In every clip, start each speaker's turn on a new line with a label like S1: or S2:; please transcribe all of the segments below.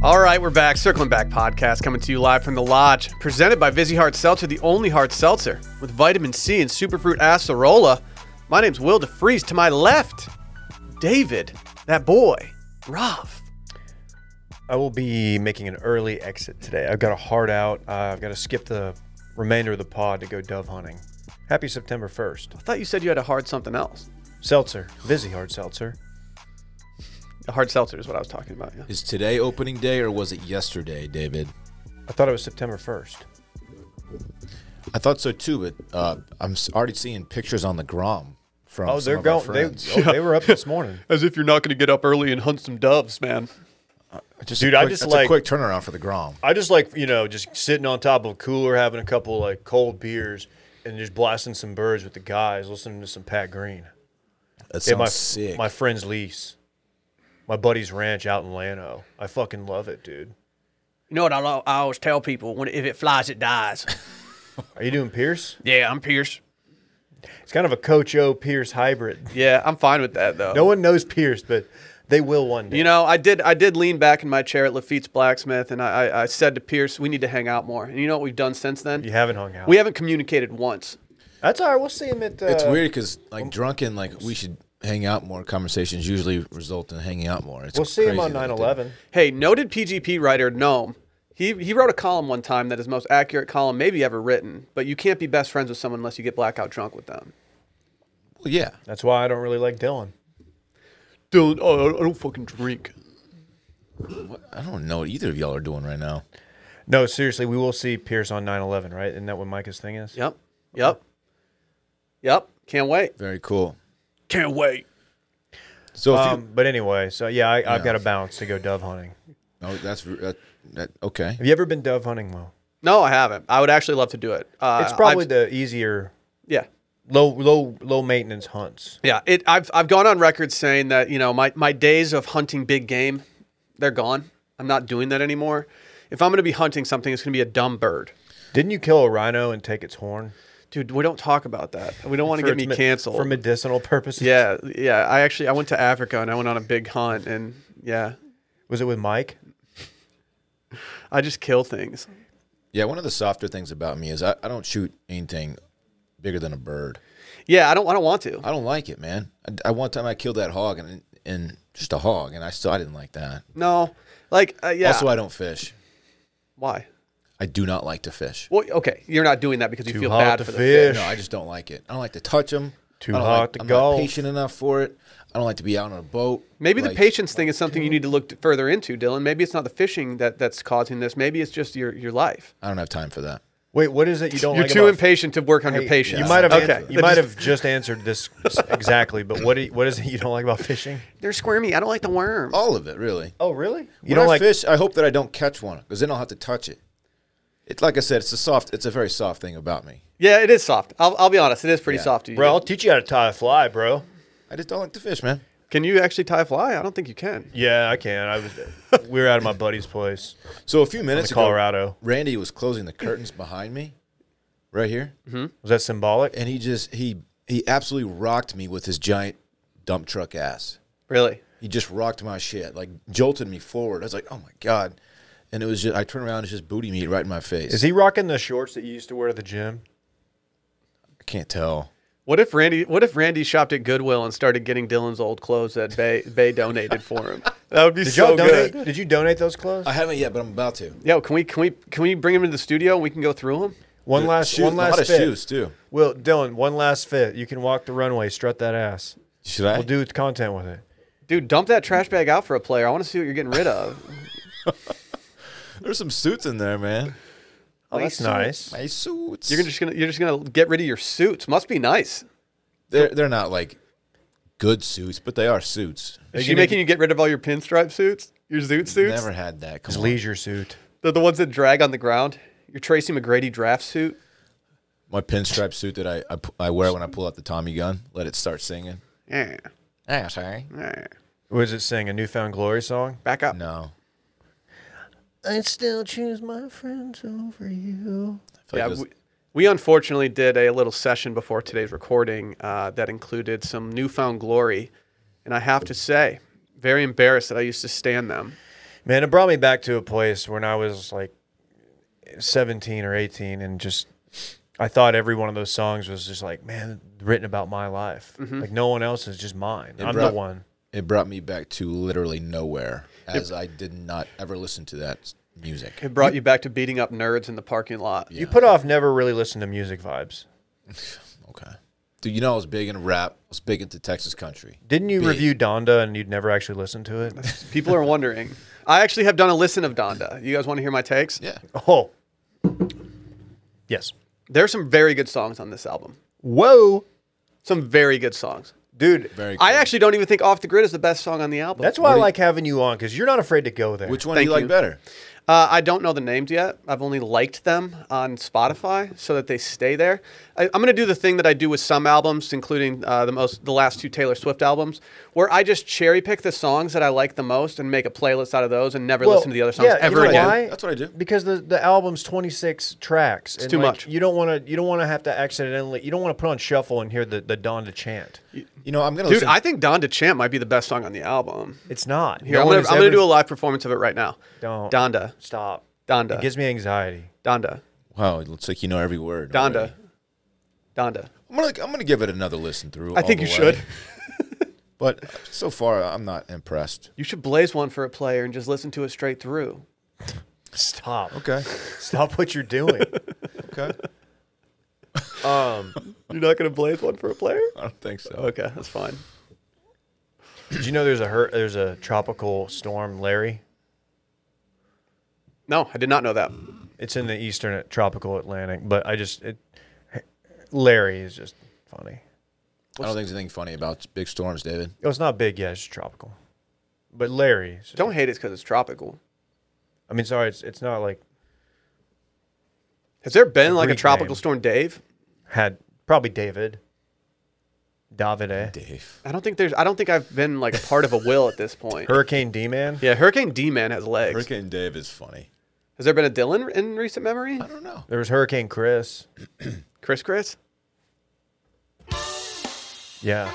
S1: All right, we're back. Circling Back podcast coming to you live from the lodge, presented by Vizzy Heart Seltzer, the only hard seltzer with vitamin C and superfruit acerola. My name's Will DeFreeze. To my left, David, that boy, Rav.
S2: I will be making an early exit today. I've got a hard out. Uh, I've got to skip the remainder of the pod to go dove hunting. Happy September 1st.
S1: I thought you said you had a hard something else.
S2: Seltzer, busy hard seltzer.
S1: A hard seltzer is what I was talking about. Yeah.
S3: Is today opening day or was it yesterday, David?
S2: I thought it was September 1st.
S3: I thought so too, but uh, I'm s- already seeing pictures on the Grom from.
S2: Oh,
S3: some
S2: they're
S3: of our
S2: going. They,
S3: friends.
S2: oh, they were up this morning.
S1: As if you're not going to get up early and hunt some doves, man.
S3: Oh, Just
S2: Dude,
S3: a
S2: I
S3: quick,
S2: just
S3: that's
S2: like-
S3: a quick turnaround for the Grom.
S2: I just like you know just sitting on top of a cooler, having a couple like cold beers, and just blasting some birds with the guys, listening to some Pat Green.
S3: That sounds
S2: Yeah, my
S3: sick.
S2: my friend's lease, my buddy's ranch out in Lano. I fucking love it, dude.
S4: You know what I, lo- I always tell people? When if it flies, it dies.
S2: Are you doing Pierce?
S4: yeah, I'm Pierce.
S2: It's kind of a Coach O Pierce hybrid.
S1: Yeah, I'm fine with that though.
S2: No one knows Pierce, but they will one day.
S1: You know, I did. I did lean back in my chair at Lafitte's blacksmith, and I, I, I said to Pierce, "We need to hang out more." And you know what we've done since then?
S2: you haven't hung out.
S1: We haven't communicated once.
S2: That's all right. We'll see him at. Uh,
S3: it's weird because like drunken, like we should hang out more. Conversations usually result in hanging out more. It's
S2: We'll see him
S3: crazy
S2: on
S3: that
S2: 9
S3: it didn't.
S2: 11.
S1: Hey, noted PGP writer Gnome. He, he wrote a column one time that is most accurate column maybe ever written, but you can't be best friends with someone unless you get blackout drunk with them.
S3: Well, yeah,
S2: That's why I don't really like Dylan.
S1: Dylan, oh, I don't fucking drink.
S3: I don't know what either of y'all are doing right now.
S2: No, seriously, we will see Pierce on 9 11, right? Isn't that what Micah's thing is?
S1: Yep, yep, yep. Can't wait.
S3: Very cool.
S4: Can't wait.
S3: So if you,
S2: Um, but anyway, so yeah, I, I've
S3: Yeah.
S2: got a bounce to go dove hunting.
S3: oh, that's that, that, okay.
S2: Have you ever been dove hunting, Mo?
S1: No, I haven't. I would actually love to do it. Uh,
S2: It's probably
S1: I've-
S2: the easier,
S1: yeah.
S2: low, low, low maintenance hunts.
S1: Yeah, it. I've I've gone on record saying that you know my my days of hunting big game, they're gone. I'm not doing that anymore. If I'm going to be hunting something, it's going to be a dumb bird.
S2: Didn't you kill a rhino and take its horn?
S1: Dude, we don't talk about that. We don't want to
S2: For
S1: get me
S2: its me-
S1: canceled.
S2: For medicinal purposes?
S1: yeah, yeah. I actually I went to Africa and I went on a big hunt and yeah,
S2: Was it with Mike?
S1: I just kill things.
S3: Yeah, one of the softer things about me is I, I don't shoot anything bigger than a bird.
S1: Yeah, I don't I don't want to.
S3: I don't like it, man. I, I one time I killed that hog and and just a hog, and I still I didn't like that.
S1: No, like uh, yeah.
S3: Also, I don't fish.
S1: Why?
S3: I do not like to fish.
S1: Well, okay, you're not doing that because you
S2: Too
S1: feel
S2: hot
S1: bad
S2: to
S1: for the
S2: fish.
S1: fish.
S3: No, I just don't like it. I don't like to touch them.
S2: Too
S3: I don't
S2: hot
S3: like,
S2: to
S3: I'm
S2: golf.
S3: Not patient enough for it. I don't like to be out on a boat.
S1: Maybe the
S3: Like,
S1: patience thing is something you need to look t- further into, Dylan. Maybe it's not the fishing that, that's causing this. Maybe it's just your, your life.
S3: I don't have time for that.
S2: Wait, what is it you don't
S1: You're
S2: like
S1: too
S2: about-
S1: impatient to work on
S2: Hey,
S1: your patience.
S2: You might have
S1: Okay.
S2: answered- you might have just answered this exactly, but what do you- what is it you don't like about fishing?
S1: They're squirmy. I don't like the worm.
S3: All of it, really.
S2: Oh, really? You
S3: when
S2: don't
S3: I
S2: like
S3: fish, I hope that I don't catch one because then I'll have to touch it. It's like I said, it's a soft. It's a very soft thing about me. it.
S1: it is soft. I'll, I'll be honest. It is pretty
S3: Yeah.
S1: soft. To you.
S2: Bro, I'll teach you how to tie a fly, bro.
S3: I just don't like to fish, man.
S1: can you actually tie a fly? I don't think you can.
S2: Yeah, I can. I was we were out of my buddy's place.
S3: So a few minutes
S2: to
S3: ago,
S2: Colorado.
S3: Randy was closing the curtains behind me, right here,
S2: Was that symbolic?
S3: and he just he he absolutely rocked me with his giant dump truck ass.
S1: Really?
S3: He just rocked my shit, like jolted me forward. I was like, oh my god, and it was just I turned around, it's just booty meat right in my face.
S2: Is he rocking the shorts that you used to wear at the gym?
S3: I can't tell.
S1: What if Randy? What if Randy shopped at Goodwill and started getting Dylan's old clothes that Bay Bay donated for him? That would be
S2: Did y'all donate? Did you donate those clothes?
S3: I haven't yet, but I'm about to.
S1: Yo, can we can we can we bring him into the studio and we can go through him?
S2: One last
S3: Shoes,
S2: one
S3: a lot
S2: last
S3: of
S2: fit.
S3: shoes too.
S2: Well, Dylan, one last fit. You can walk the runway, strut that ass.
S3: Should I?
S2: We'll do content with it.
S1: Dude, dump that trash bag out for a player. I want to see what you're getting rid of.
S3: There's some suits in there, man.
S2: Oh, that's nice.
S3: My suits.
S1: You're just gonna you're just gonna get rid of your suits. Must be nice.
S3: They're they're not like good suits, but they are suits.
S1: Is
S2: you
S1: she
S2: need-
S1: making you get rid of all your pinstripe suits? Your zoot suits?
S3: Never had that. Come
S2: His
S3: on.
S2: leisure suit.
S1: They're the ones that drag on the ground. Your Tracy McGrady draft suit.
S3: My pinstripe suit that I, I pu- I wear when I pull out the Tommy gun. Let it start singing.
S1: Yeah.
S3: Yeah, sorry.
S1: yeah.
S2: What is it saying? A newfound glory song?
S1: Back up.
S3: No.
S2: I'd still choose my friends over you.
S3: I feel
S1: Yeah,
S3: like those-
S1: we, we unfortunately did a little session before today's recording uh, that included some newfound glory. And I have to say, very embarrassed that I used to stand them.
S2: Man, it brought me back to a place when I was like 17 or 18 and just I thought every one of those songs was just like, man, written about my life. Like no one else is just mine. I'm
S3: brought-
S2: the one.
S3: It brought me back to literally nowhere, as I did not ever listen to that music.
S1: It brought you back to beating up nerds in the parking lot.
S2: You put off never really listen to music vibes.
S3: Okay, dude, you know I was big into rap. I was big into Texas country.
S2: Didn't you
S3: Big.
S2: review Donda and you'd never actually listen to it?
S1: People are wondering. I actually have done a listen of Donda. You guys want to hear my takes?
S3: Yeah,
S2: oh. Yes.
S1: There are some very good songs on this album.
S2: Whoa.
S1: Some very good songs.
S2: Dude,
S3: very. Cool.
S1: I actually don't even think Off the Grid is the best song on the album.
S2: that's why I like having you on cuz you're not afraid to go there.
S3: Which one do
S1: Thank
S3: you like
S1: you.
S3: better?
S1: Uh, I don't know the names yet. I've only liked them on Spotify so that they stay there. I, I'm going to do the thing that I do with some albums, including uh, the most, the last two Taylor Swift albums, where I just cherry pick the songs that I like the most and make a playlist out of those and never
S2: Well,
S1: listen to the other songs
S2: yeah, you
S1: ever
S2: know
S1: again.
S2: why?
S3: That's what I do.
S2: Because the, the album's 26 tracks. It's
S1: too much.
S2: You don't want to you don't want to have to accidentally you don't want to put on shuffle and hear the the Donda chant.
S3: You know, I'm gonna.
S1: Dude,
S3: listen.
S1: I think Donda Champ might be the best song on the album.
S2: It's not.
S1: Here,
S2: No
S1: I'm
S2: one
S1: going
S2: has
S1: to I'm gonna
S2: ever-
S1: do a live performance of it right now.
S2: Don't.
S1: Donda.
S2: Stop.
S1: Donda.
S2: It gives me anxiety.
S1: Donda.
S3: Wow, it looks like you know every word.
S1: Donda.
S3: already.
S1: Donda.
S3: I'm gonna, I'm gonna give it another listen through.
S1: I
S3: all
S1: think
S3: the
S1: you
S3: way.
S1: should.
S3: but so far, I'm not impressed.
S1: You should blaze one for a player and just listen to it straight through.
S2: Stop.
S3: Okay,
S2: Stop what you're doing.
S3: okay.
S2: um,
S1: You're not going to blaze one for a player?
S3: I don't think so.
S1: Okay, that's fine.
S2: did you know there's a hur- there's a tropical storm, Larry?
S1: No, I did not know that.
S2: It's in the eastern tropical Atlantic, but I just it, Larry is just funny.
S3: I don't think there's anything funny about big storms, David.
S2: Oh, it's not big yet. It's just tropical. But Larry, is-
S1: Don't hate it because it's tropical.
S2: I mean, sorry, it's it's not like
S1: Has there been like a
S2: Greek
S1: tropical
S2: name.
S1: storm, Dave?
S2: had probably David. Davide.
S3: Dave.
S1: I don't think there's. I don't think I've been like a part of a will at this point.
S2: Hurricane D Man.
S1: yeah, Hurricane D Man has legs.
S3: Hurricane Dave is funny.
S1: Has there been a Dylan in recent memory?
S3: I don't know.
S2: There was Hurricane Chris.
S1: Chris, Chris.
S2: Yeah.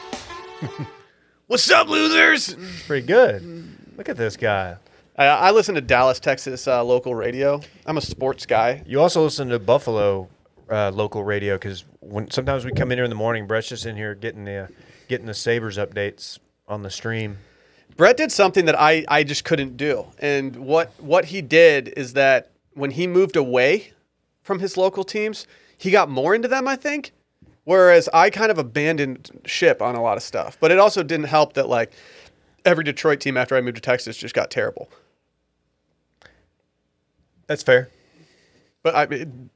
S1: What's up, losers?
S2: Pretty good. Look at this guy.
S1: I, I listen to Dallas, Texas uh, local radio. I'm a sports guy.
S2: You also listen to Buffalo uh, local radio because when sometimes we come in here in the morning, Brett's just in here getting the getting the Sabres updates on the stream.
S1: Brett did something that I, I just couldn't do. And what what he did is that when he moved away from his local teams, he got more into them, I think. Whereas I kind of abandoned ship on a lot of stuff. But it also didn't help that like every Detroit team after I moved to Texas just got terrible.
S2: That's fair.
S1: But I, mean,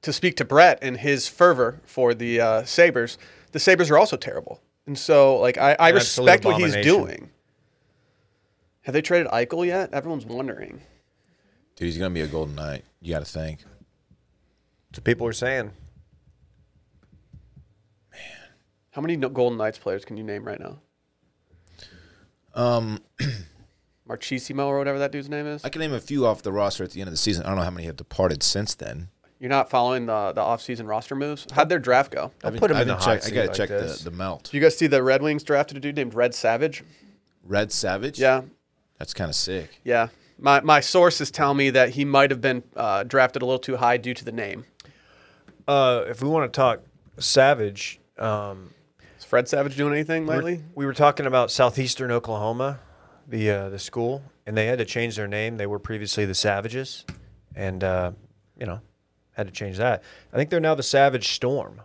S1: to speak to Brett and his fervor for the uh, Sabers, the Sabers are also terrible, and so like I, I
S2: An absolute
S1: respect what he's
S2: abomination.
S1: doing. Have they traded Eichel yet? Everyone's wondering.
S3: Dude, he's gonna be a golden knight. You gotta think.
S2: That's what people are saying.
S1: How many no- Golden Knights players can you name right now?
S3: Um,
S1: Marchesimo or whatever that dude's name is.
S3: I can name a few off the roster at the end of the season. I don't know how many have departed since then.
S1: You're not following the the offseason roster moves. How'd their draft go?
S2: I'll
S3: I've
S2: put him
S3: I've
S2: in the
S3: been
S2: hot
S3: check-
S2: seat
S3: I gotta
S2: like
S3: check
S2: this.
S3: the the melt.
S1: Do you guys see the Red Wings drafted a dude named Red Savage?
S3: Red Savage.
S1: Yeah,
S3: that's kind of sick.
S1: yeah. My my sources tell me that he might have been uh, drafted a little too high due to the name.
S2: Uh, if we want to talk Savage, um,
S1: Is Fred Savage doing anything
S2: we were-
S1: lately?
S2: we were talking about southeastern Oklahoma, the uh, the school, and they had to change their name. They were previously the Savages, and uh, you know, had to change that. I think they're now the Savage Storm,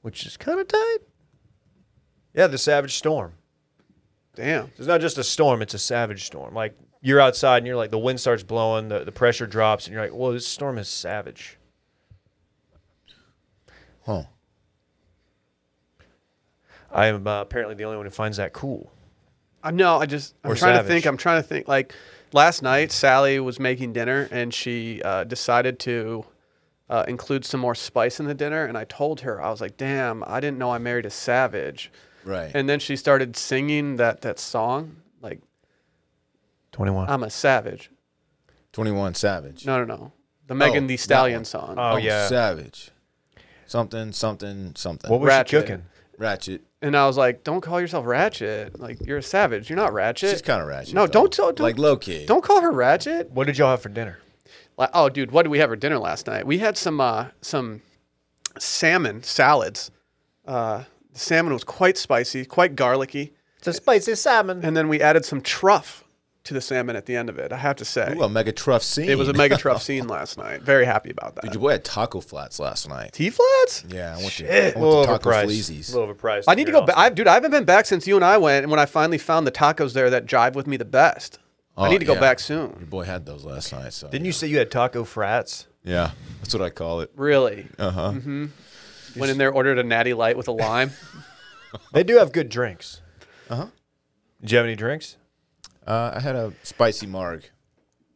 S2: which is kind of tight. Yeah, the Savage Storm.
S1: Damn.
S2: It's not just a storm; it's a savage storm. Like you're outside and you're like the wind starts blowing, the, the pressure drops, and you're like, "Whoa, this storm is savage."
S3: Huh.
S2: I am uh, apparently the only one who finds that cool.
S1: I no, I just I'm
S2: Or
S1: trying
S2: Savage.
S1: to think. I'm trying to think. Like last night, Sally was making dinner and she uh, decided to uh, include some more spice in the dinner. And I told her I was like, "Damn, I didn't know I married a savage."
S3: Right.
S1: And then she started singing that that song, like
S2: Twenty-one.
S1: "I'm a savage."
S3: Twenty one Savage.
S1: No, no, no. The Megan
S3: Oh,
S1: the
S3: that
S1: Stallion
S3: one.
S1: song.
S2: oh yeah.
S3: Savage. Something. Something. Something.
S2: What was she
S1: Ratchet.
S2: cooking?
S3: Ratchet.
S1: And I was like, "Don't call yourself Ratchet. Like you're a savage. You're not Ratchet.
S3: She's kind of ratchet.
S1: No,
S3: though.
S1: don't tell. Don't,
S3: Like low key.
S1: Don't call her Ratchet.
S2: What did y'all have for dinner?
S1: Like, oh, dude, what did we have for dinner last night? We had some uh, some salmon salads. Uh, the salmon was quite spicy, quite garlicky,
S2: It's a spicy salmon.
S1: and then we added some truff to the salmon at the end of it. I have to say,
S3: Ooh, a mega truff scene.
S1: it was a mega truff scene last night. Very happy about that.
S3: Dude, your boy had taco flats last night.
S1: T flats?
S3: Yeah, I went to,
S1: Shit.
S3: I
S2: A
S3: went
S2: little
S3: to taco
S2: overpriced.
S3: fleazies.
S2: A little overpriced.
S1: I need to
S2: You're
S1: go. Ba- I, dude, I haven't been back since you and I went, and when I finally found the tacos there that jive with me the best. I
S3: Oh,
S1: need to go
S3: yeah.
S1: back
S3: Your
S1: soon.
S3: boy had those last night. So
S2: Didn't you say you had taco frats?
S3: Yeah, that's what I call it.
S1: Really? Mm-hmm.
S3: Uh huh.
S1: Went in there, ordered a natty light with a lime.
S2: They do have good drinks. Uh
S3: Uh-huh.
S2: Did you have any drinks?
S3: Uh, I had a spicy marg.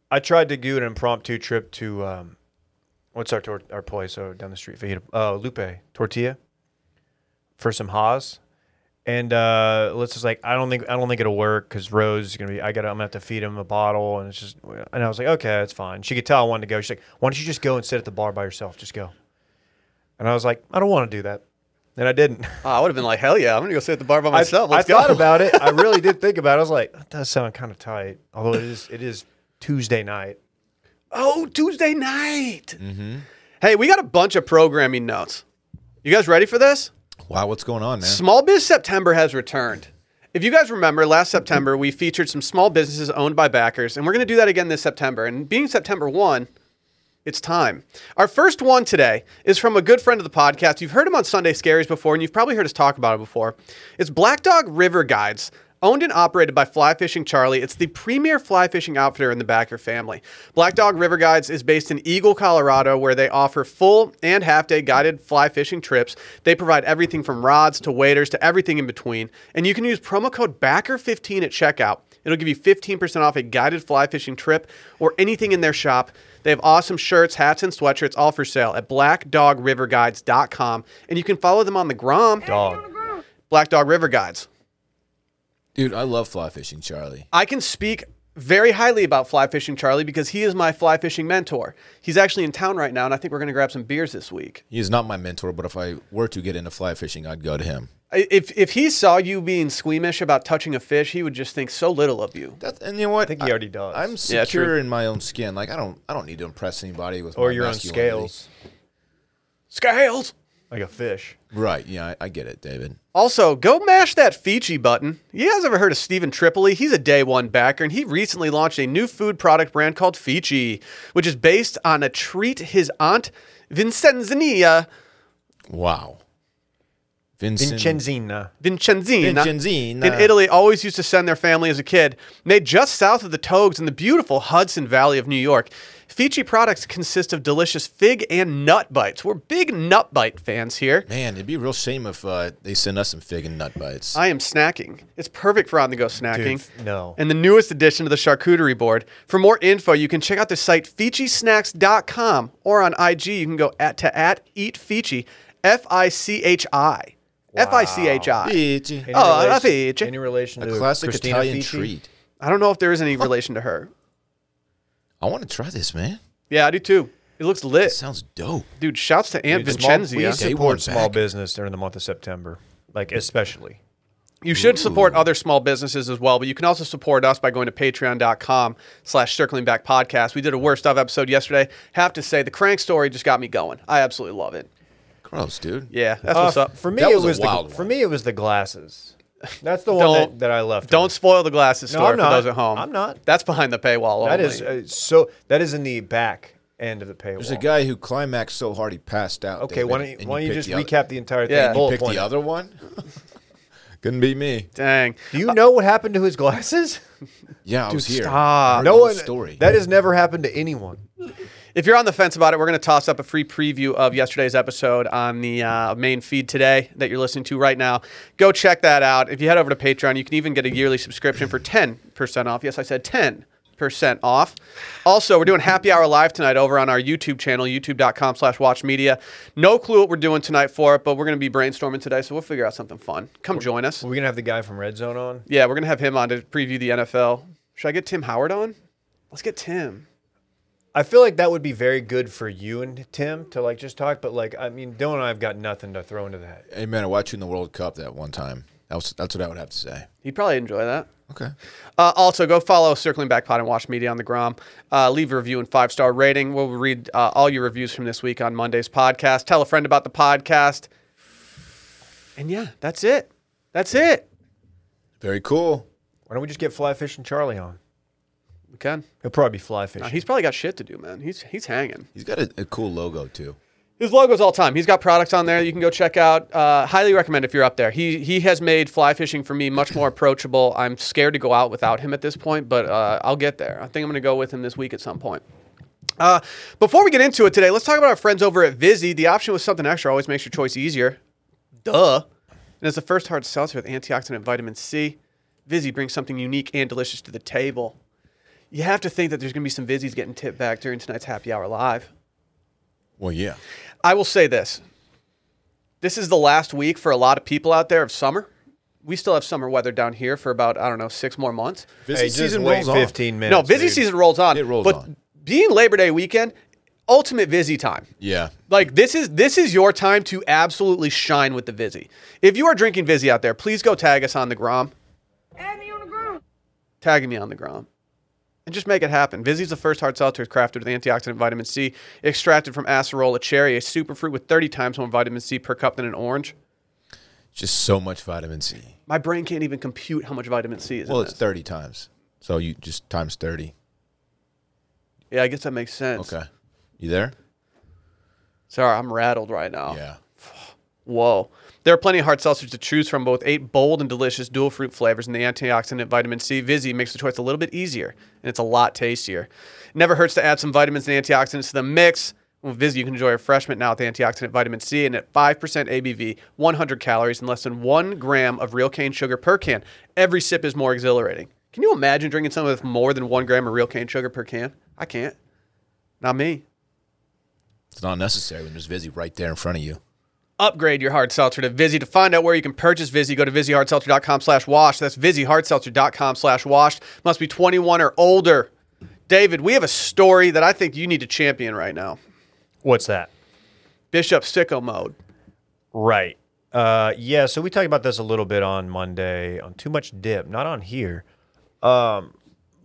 S2: I tried to do an impromptu trip to um, what's our tor- our place over down the street? Fajita, uh, Lupe Tortilla for some Haas. And uh, let's just like I don't think I don't think it'll work because Rose is gonna be I gotta I'm gonna have to feed him a bottle and it's just and I was like okay it's fine she could tell I wanted to go she's like why don't you just go and sit at the bar by yourself just go and I was like I don't want to do that and I didn't
S1: Oh, I would have been like, hell yeah, I'm gonna go sit at the bar by myself.
S2: I, I
S1: Let's go.
S2: thought about it. I really did think about it. I was like, that does sound kind of tight. Although it is, it is Tuesday night.
S1: oh, Tuesday night. Mm-hmm. Hey, we got a bunch of programming notes. You guys ready for this?
S3: Wow, what's going on, man?
S1: Small Biz September has returned. If you guys remember, last September we featured some small businesses owned by backers, and we're going to do that again this September. And being September 1, it's time. Our first one today is from a good friend of the podcast. You've heard him on Sunday Scaries before, and you've probably heard us talk about it before. It's Black Dog River Guides, owned and operated by Fly Fishing Charlie. It's the premier fly fishing outfitter in the Backer family. Black Dog River Guides is based in Eagle, Colorado, where they offer full and half day guided fly fishing trips. They provide everything from rods to waders to everything in between. And you can use promo code BACKER15 at checkout. It'll give you 15% off a guided fly fishing trip or anything in their shop. They have awesome shirts, hats, and sweatshirts all for sale at blackdogriverguides.com. And you can follow them on the Grom,
S2: Dog.
S1: Black Dog River Guides.
S3: Dude, I love fly fishing, Charlie.
S1: I can speak very highly about fly fishing Charlie because he is my fly fishing mentor. He's actually in town right now, and I think we're going to grab some beers this week.
S3: He is not my mentor, but if I were to get into fly fishing, I'd go to him.
S1: I- If, if he saw you being squeamish about touching a fish, he would just think so little of you.
S3: That, and you know what? I
S2: think he already does.
S3: I'm
S1: Yeah, true.
S3: secure in my own skin. Like I don't, I don't need to impress anybody with
S2: Or
S3: my
S2: your own
S3: masculinity.
S2: scales,
S1: Scales!
S2: like a fish.
S3: Right? Yeah, I, I get it, David.
S1: Also, go mash that Fiji button. You guys ever heard of Stephen Tripoli? He's a day one backer, and he recently launched a new food product brand called Fiji, which is based on a treat his aunt Vincenzinia
S3: Wow. Vincent.
S2: Vincenzina.
S1: Vincenzina,
S3: Vincenzina.
S1: in Italy always used to send their family as a kid. Made just south of the Togues in the beautiful Hudson Valley of New York, Fiji products consist of delicious fig and nut bites. We're big nut bite fans here.
S3: Man, it'd be a real shame if uh, they send us some fig and nut bites.
S1: I am snacking. It's perfect for on the go snacking.
S2: Dude, no.
S1: And the newest addition to the charcuterie board. For more info, you can check out the site FichiSnacks.com or on IG, you can go at to at eat Fichi, F I C H I. F I C H I.
S3: Fiji.
S2: Any
S1: Oh, a
S2: relation-
S1: fish.
S2: Any relation
S3: a
S2: to
S3: Oh, classic
S2: Christina
S3: Italian
S2: Fici?
S3: treat.
S1: I don't know if there is any relation to her.
S3: I want to try this, man.
S1: Yeah, I do too. It looks
S3: It
S1: lit.
S3: sounds dope.
S1: Dude, shouts to Aunt
S2: Dude, small-
S1: Vincenzia.
S2: we
S3: Day one
S2: support small
S3: back.
S2: business during the month of September, like especially.
S1: You should support other small businesses as well, but you can also support us by going to patreon.com slash circling back podcast. We did a worst of episode yesterday. Have to say the crank story just got me going. I absolutely love it.
S3: Gross, dude.
S1: Yeah, that's
S2: Uh,
S1: what's up.
S2: For me,
S3: That
S2: it
S3: was a
S2: was the
S3: wild
S2: for
S3: one.
S2: me it was the glasses. That's the one
S1: Don't-
S2: that, that I left.
S1: Don't spoil the glasses
S2: No,
S1: story
S2: I'm
S1: for
S2: not.
S1: those at home.
S2: I'm not.
S1: That's behind the paywall.
S2: That
S1: only.
S2: is uh, so. That is in the back end of the paywall.
S3: There's a guy who climaxed so hard he passed out.
S2: Okay, why don't
S3: David,
S2: you,
S3: and
S2: why don't you
S3: picked
S2: just
S3: the other-
S2: recap the entire thing?
S1: Yeah. You
S2: bullet
S3: pick
S2: point
S3: the
S2: it.
S3: other one? Couldn't be me.
S1: dang.
S2: Do you know what happened to his glasses?
S3: Yeah, I was here.
S1: stop.
S3: I heard
S2: No
S3: the
S2: one.
S3: story.
S2: That has never happened to anyone.
S1: If you're on the fence about it, we're going to toss up a free preview of yesterday's episode on the uh, main feed today that you're listening to right now. Go check that out. If you head over to Patreon, you can even get a yearly subscription for 10% off. Yes, I said 10% off. Also, we're doing happy hour live tonight over on our YouTube channel, youtube.com slash watch media. No clue what we're doing tonight for it, but we're going to be brainstorming today, so we'll figure out something fun. Come join us.
S2: We're gonna have the guy from Red Zone on.
S1: Yeah, we're going to have him on to preview the NFL. Should I get Tim Howard on? Let's get Tim.
S2: I feel like that would be very good for you and Tim to like just talk, but like I mean, Dylan and I've got nothing to throw into that.
S3: Hey man, I watched you in the World Cup that one time. That was, that's what I would have to say.
S1: He'd probably enjoy that.
S3: Okay.
S1: Uh, also, go follow Circling Back Pod and Watch Media on the Grom. Uh, leave a review and five star rating. We'll read uh, all your reviews from this week on Monday's podcast. Tell a friend about the podcast. And yeah, that's it. That's it.
S3: Very cool.
S2: Why don't we just get Fly Fish and Charlie on?
S1: We can.
S2: He'll probably be fly fishing.
S1: Uh, he's probably got shit to do, man. He's he's hanging.
S3: He's got a, a cool logo too.
S1: His logo's all time. He's got products on there that you can go check out. Uh, highly recommend if you're up there. He he has made fly fishing for me much more approachable. I'm scared to go out without him at this point, but uh, I'll get there. I think I'm going to go with him this week at some point. Uh, before we get into it today, let's talk about our friends over at Vizzy. The option with something extra always makes your choice easier. Duh. And it's the first hard seltzer with antioxidant and vitamin C. Vizzy brings something unique and delicious to the table. You have to think that there's going to be some Vizzies getting tipped back during tonight's happy hour live.
S3: Well, yeah.
S1: I will say this. This is the last week for a lot of people out there of summer. We still have summer weather down here for about, I don't know, six more months.
S3: Busy
S2: hey, just wait 15 minutes.
S1: no, busy
S2: dude.
S1: season rolls on.
S3: It rolls
S1: but
S3: on.
S1: being Labor Day weekend, ultimate busy time.
S3: Yeah.
S1: Like this is this is your time to absolutely shine with the Vizzy. If you are drinking Vizzy out there, please go tag us on the Grom.
S5: Add me on the ground.
S1: tagging me on the Grom. And just make it happen. Vizzy's the first hard seltzer crafted with antioxidant vitamin C, extracted from acerola cherry, a superfruit with 30 times more vitamin C per cup than an orange.
S3: Just so much vitamin C.
S1: My brain can't even compute how much vitamin C is
S3: Well,
S1: in
S3: it's
S1: this.
S3: thirty times. So you just times thirty.
S1: yeah, I guess that makes sense.
S3: Okay. You there?
S1: Sorry, I'm rattled right now.
S3: Yeah.
S1: Whoa. There are plenty of hard seltzers to choose from, both eight bold and delicious dual fruit flavors and the antioxidant vitamin C. Vizzy makes the choice a little bit easier, and it's a lot tastier. It never hurts to add some vitamins and antioxidants to the mix. With Vizzy, you can enjoy refreshment now with antioxidant vitamin C and at 5% ABV, 100 calories, and less than one gram of real cane sugar per can. Every sip is more exhilarating. Can you imagine drinking something with more than one gram of real cane sugar per can? I can't. Not me.
S3: It's not necessary when there's Vizzy right there in front of you.
S1: upgrade your hard seltzer to Vizzy. To find out where you can purchase Vizzy, go to VizzyHardSeltzer.com slash wash. That's VizzyHardSeltzer.com slash wash. Must be 21 or older. David, we have a story that I think you need to champion right now.
S2: What's that?
S1: Bishop sicko mode.
S2: Right. Uh, yeah. So we talked about this a little bit on Monday on Too Much Dip, not on here, um,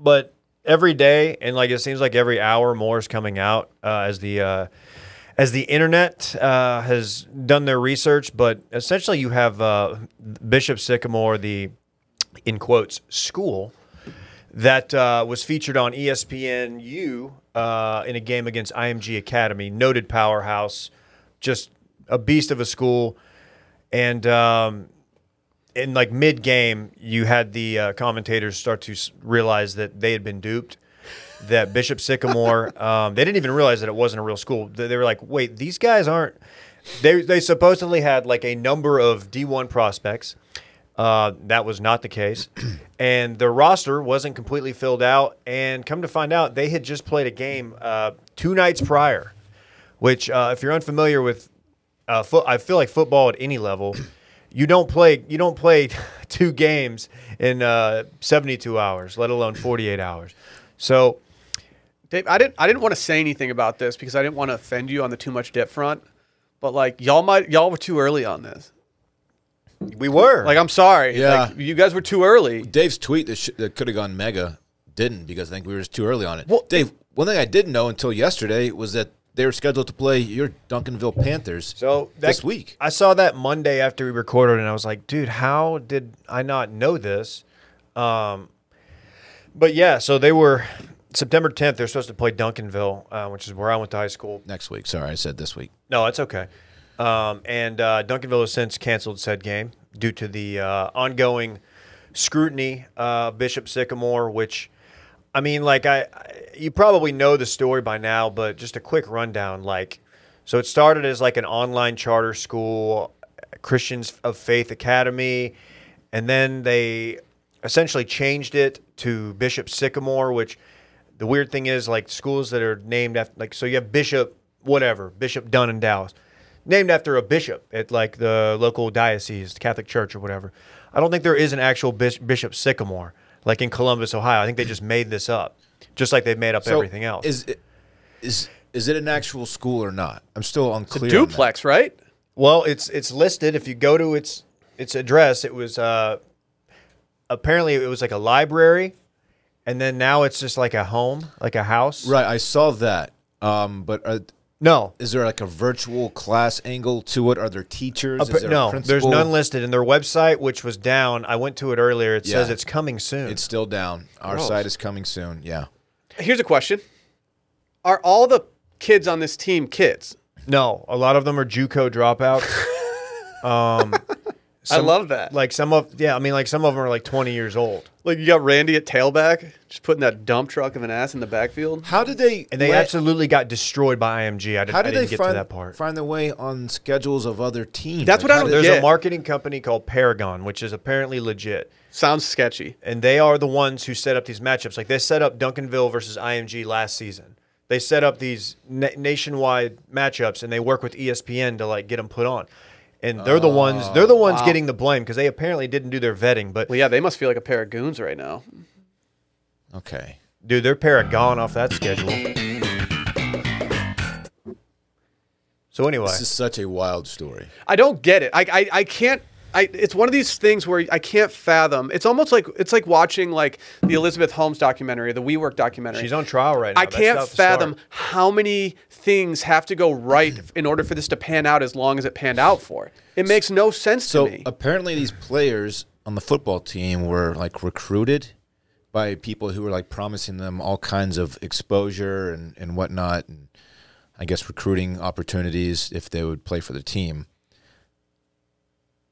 S2: but every day and like it seems like every hour more is coming out uh, as the uh, as the internet uh, has done their research. But essentially, you have uh, Bishop Sycamore, the in quotes school that uh, was featured on ESPNU uh, in a game against IMG Academy, noted powerhouse, just a beast of a school. And um, in like mid game, you had the uh, commentators start to s- realize that they had been duped. That Bishop Sycamore, um, they didn't even realize that it wasn't a real school. They, they were like, "Wait, these guys aren't." They they supposedly had like a number of D one prospects. Uh, that was not the case, and the roster wasn't completely filled out. And come to find out, they had just played a game uh, two nights prior, which uh, if you're unfamiliar with uh, fo- I feel like football at any level, you don't play you don't play two games in uh, 72 hours, let alone 48 hours. So
S1: Dave, I didn't I didn't want to say anything about this because I didn't want to offend you on the too much dip front. But like y'all might y'all were too early on this.
S2: we were
S1: Like I'm sorry.
S3: Yeah.
S1: Like, you guys were too early.
S3: Dave's tweet that, sh- that could have gone mega didn't because I think we were just too early on it.
S1: Well-
S3: Dave, one thing I didn't know until yesterday was that they were scheduled to play your Duncanville Panthers
S2: so that-
S3: this week.
S2: I saw that Monday after we recorded, and I was like, dude, how did I not know this? Um, but yeah, so they were September 10th. They're supposed to play Duncanville, uh, which is where I went to high school.
S3: Next week. Sorry, I said this week.
S2: No, it's okay. Um, and uh, Duncanville has since canceled said game due to the uh, ongoing scrutiny uh, Bishop Sycamore, which I mean, like I, I, you probably know the story by now, but just a quick rundown. Like, so it started as like an online charter school, Christians of Faith Academy, and then they essentially changed it to Bishop Sycamore, which the weird thing is like schools that are named after like so you have Bishop whatever Bishop Dunn in Dallas, named after a bishop at like the local diocese, the Catholic Church or whatever. I don't think there is an actual bis- Bishop Sycamore like in Columbus, Ohio. I think they just made this up, just like they made up
S3: So
S2: everything else.
S3: Is it, Is is it an actual school or not? I'm still unclear. on that.
S1: Duplex, right?
S2: Well, it's it's listed. If you go to its its address, it was uh, apparently it was like a library, and then now it's just like a home, like a house.
S3: Right, I saw that. Um, but are,
S2: No,
S3: is there like a virtual class angle to it? Are there teachers?
S2: Appa-
S3: Is there a
S2: no, there's
S3: principal?
S2: none listed. And their website, which was down, I went to it earlier. It says
S3: Yeah.
S2: it's coming soon.
S3: It's still down. Our site is coming soon. Yeah.
S1: Here's a question: Are all the kids on this team kids?
S2: no, a lot of them are JUCO dropouts.
S1: I love that. Like,
S2: like some of yeah, I mean like some of them are like 20 years old,
S1: you got Randy at tailback, just putting that dump truck of an ass in the backfield.
S3: How did they?
S2: and they
S3: let-
S2: absolutely got destroyed by IMG. I, did,
S3: How
S2: I
S3: did
S2: didn't
S3: they
S2: get
S3: find
S2: to that part.
S3: Find their way on schedules of other teams.
S1: That's what
S3: Like,
S1: I
S3: how
S1: don't
S3: did-
S2: There's
S1: Yeah.
S2: a marketing company called Paragon, which is apparently legit.
S1: Sounds sketchy.
S2: and they are the ones who set up these matchups. Like they set up Duncanville versus IMG last season. They set up these na- nationwide matchups, and they work with E ESPN to like get them put on. And they're the ones they're
S1: Oh,
S2: the ones getting the blame because they apparently didn't do their vetting. But
S1: Well, yeah, they must feel like a pair of goons right now.
S3: Okay.
S2: dude, they're paragon off that schedule. So anyway,
S3: This is such a wild story.
S1: I don't get it. I, I, I can't. I, it's one of these things where I can't fathom. It's almost like it's like watching like the Elizabeth Holmes documentary, the WeWork documentary.
S2: she's on trial right now.
S1: I
S2: That's
S1: can't
S2: not the start.
S1: fathom how many things have to go right in order for this to pan out as long as it panned out for. It makes no sense
S3: So uh,
S1: to me.
S3: apparently, these players on the football team were like recruited by people who were like promising them all kinds of exposure and, and whatnot, and I guess recruiting opportunities if they would play for the team,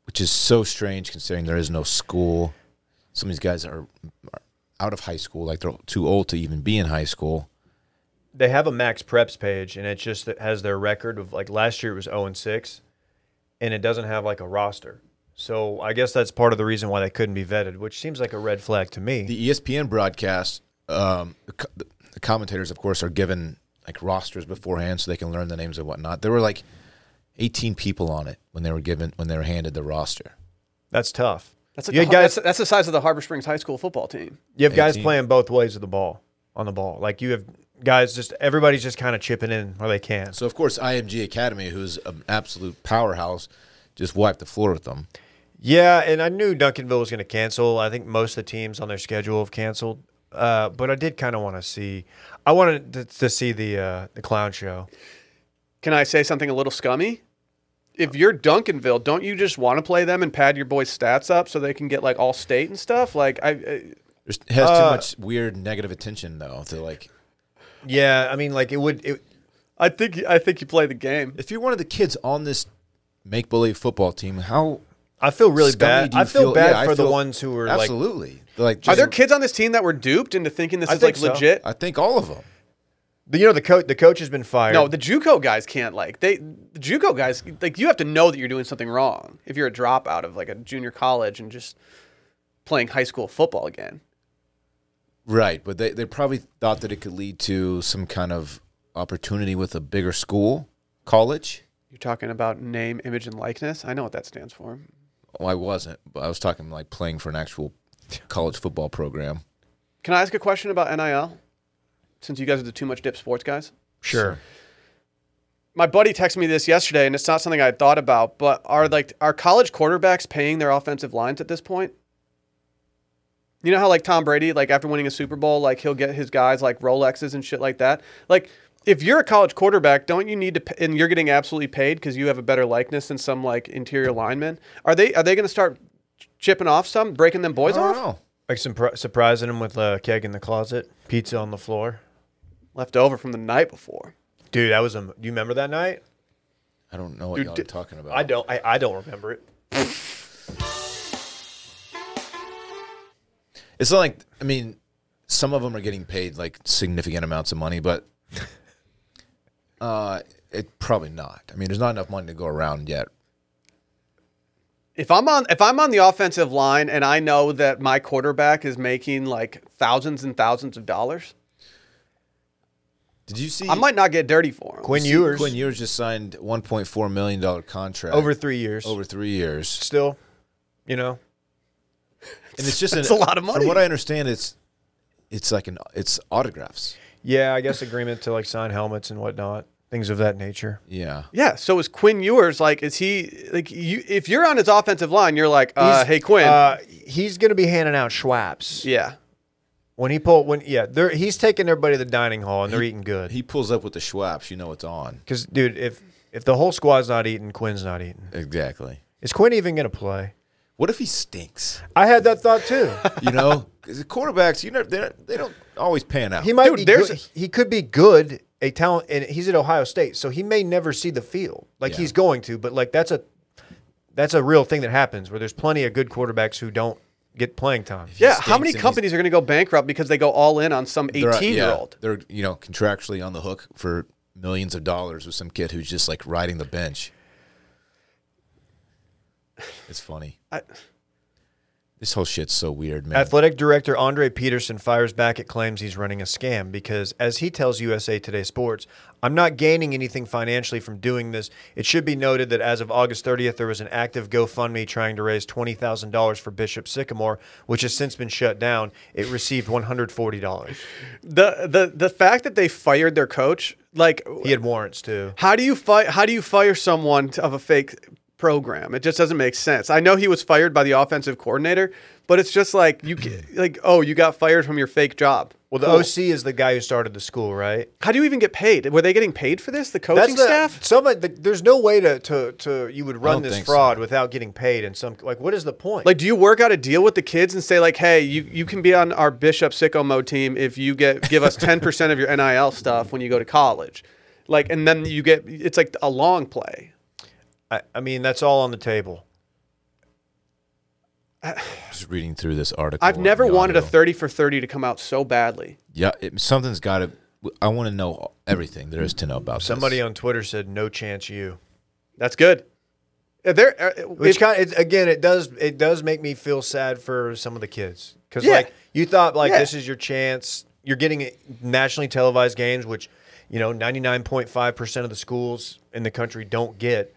S3: which is so strange considering there is no school. Some of these guys are, are out of high school, like they're too old to even be in high school.
S2: they have a max preps page and it just has their record of like last year it was 0 and 6 and it doesn't have like a roster so i guess that's part of the reason why they couldn't be vetted which seems like a red flag to me
S3: the E ESPN broadcast, um, the co- the commentators, of course, are given like rosters beforehand so they can learn the names and whatnot. There were like 18 people on it when they were given when they were handed the roster.
S2: that's tough
S1: that's, like
S2: you
S1: the,
S2: had
S1: har-
S2: guys
S1: that's, that's the size of the Harbor Springs High School football team.
S2: you have guys
S3: 18.
S2: playing both ways of the ball on the ball like you have guys just everybody's just kind of chipping in where they can
S3: So of course, IMG Academy, who's an absolute powerhouse, just wiped the floor with them.
S2: yeah and i knew duncanville was going to cancel i think most of the teams on their schedule have canceled uh, but i did kind of want to see i wanted to, to see the uh, the clown show
S1: Can I say something a little scummy? If you're Duncanville, don't you just want to play them and pad your boys' stats up so they can get like all state and stuff? Like I, I
S3: There's it has
S2: Uh,
S3: too much weird negative attention though. To like,
S2: yeah i mean like it would it,
S1: I think I think you play the game.
S3: if you're one of the kids on this make believe football team, how
S2: I feel really bad.
S3: scummy do you
S2: I feel, bad
S3: yeah, I
S2: for the
S3: feel-
S2: ones who were like,
S3: absolutely They're like.
S1: Are
S3: just-
S1: there kids on this team that were duped into thinking this
S2: I
S1: is like
S2: think so.
S1: legit?
S3: I think all of them.
S2: the- you know, the coach. The coach has been fired.
S1: No, the JUCO guys can't like they. The JUCO guys like you have to know that you're doing something wrong if you're a dropout of like a junior college and just playing high school football again.
S3: Right, but they, they probably thought that it could lead to some kind of opportunity with a bigger school, college.
S1: You're talking about name, image, and likeness. I know what that stands for.
S3: Well, I wasn't, but I was talking like playing for an actual college football program.
S1: Can I ask a question about NIL? Since you guys are the too much dip sports guys,
S2: sure.
S1: my buddy texted me this yesterday, and it's not something I had thought about. But are like are college quarterbacks paying their offensive lines at this point? You know how like Tom Brady, like after winning a Super Bowl, like he'll get his guys like Rolexes and shit like that. Like if you're a college quarterback, don't you need to? Pay, and you're getting absolutely paid because you have a better likeness than some like interior lineman. Are they are they going to start chipping off some, breaking them boys off?
S3: know.
S2: Like surpri- surprising them with a keg in the closet, pizza on the floor.
S1: Left over from the night before.
S2: Dude, that was a. Do you remember that night?
S3: I don't know what
S1: Dude,
S3: y'all
S1: di-
S3: are talking about.
S2: I don't. I, I don't remember it.
S3: It's not like I mean, some of them are getting paid like significant amounts of money, but uh, it probably not. I mean, there's not enough money to go around yet.
S1: If I'm on if I'm on the offensive line and I know that my quarterback is making like thousands and thousands of dollars,
S3: Did you see?
S1: I might not get dirty for him.
S2: Quinn Ewers
S3: Quinn Ewers just signed 1.4 million dollar contract
S2: over three years.
S3: over three years.
S2: still, you know.
S3: and it's just
S1: That's
S3: an-
S1: a lot of money.
S3: From what I understand, it's it's like an it's autographs.
S2: Yeah, I guess agreement to like sign helmets and whatnot, things of that nature.
S3: Yeah.
S1: Yeah. So is Quinn Ewers like? Is he like you? If you're on his offensive line, you're like, uh,
S2: He's-
S1: hey Quinn.
S2: uh, he's gonna be handing out Schwabs
S1: yeah.
S2: when he pull when yeah, they're, he's taking everybody to the dining hall and they're eating good.
S3: He pulls up with the Schwabs. You know it's on.
S2: Because dude, if if the whole squad's not eating, Quinn's not eating.
S3: Exactly.
S2: Is Quinn even gonna play?
S3: What if he stinks?
S2: I had that thought too.
S3: You know, 'Cause the quarterbacks, you know, they're- they don't always pan out.
S2: He might
S1: Dude,
S2: be
S1: there's
S2: good. he could be good a talent and he's at Ohio State, so he may never see the field. Like
S3: Yeah.
S2: he's going to, but like that's a that's a real thing that happens where there's plenty of good quarterbacks who don't get playing time.
S1: Yeah.
S3: stinks
S1: How many
S3: and he's-
S1: companies are going to go bankrupt because they go all in on some
S3: They're-
S1: 18 year
S3: yeah,
S1: old?
S3: They're you know contractually on the hook for millions of dollars with some kid who's just like riding the bench. It's funny.
S1: I-
S3: this whole shit's so weird, man.
S2: Athletic director Andre Peterson fires back at claims he's running a scam because, as he tells USA Today Sports, I'm not gaining anything financially from doing this. It should be noted that as of August 30th, there was an active GoFundMe trying to raise $20,000 for Bishop Sycamore, which has since been shut down. It received $140.
S1: The the the fact that they fired their coach, like,
S2: He had warrants too.
S1: how do you fi- How do you fire someone to- of a fake program? It just doesn't make sense. I know he was fired by the offensive coordinator, but it's just like you ca- like oh you got fired from your fake job.
S2: Well, the
S1: Cool.
S2: OC is the guy who started the school, right?
S1: How do you even get paid? Were they getting paid for this? The coaching
S2: the-
S1: staff?
S2: Some of the, there's no way to, to to you would run
S3: don't
S2: this
S3: think so.
S2: fraud without getting paid. And some like, what is the point?
S1: Like, do you work out a deal with the kids and say like, hey, you, you can be on our Bishop Sicko Mo team if you get give us ten percent of your NIL stuff when you go to college, like, and then you get it's like a long play.
S2: I, I mean, that's all on the table.
S3: Just reading through this article.
S1: I've never
S3: on
S1: wanted a
S3: Yahoo.
S1: thirty for thirty to come out so badly.
S3: Yeah, it, something's got to. I want to know everything there is to know about this.
S2: Somebody on Twitter said, "No chance, you."
S1: That's good. Uh, There, uh,
S2: Which
S1: if-
S2: kind it, again, it does it does make me feel sad for some of the kids because
S1: Yeah.
S2: like you thought like
S1: Yeah.
S2: this is your chance. You're getting nationally televised games, which you know 99.5 percent of the schools in the country don't get,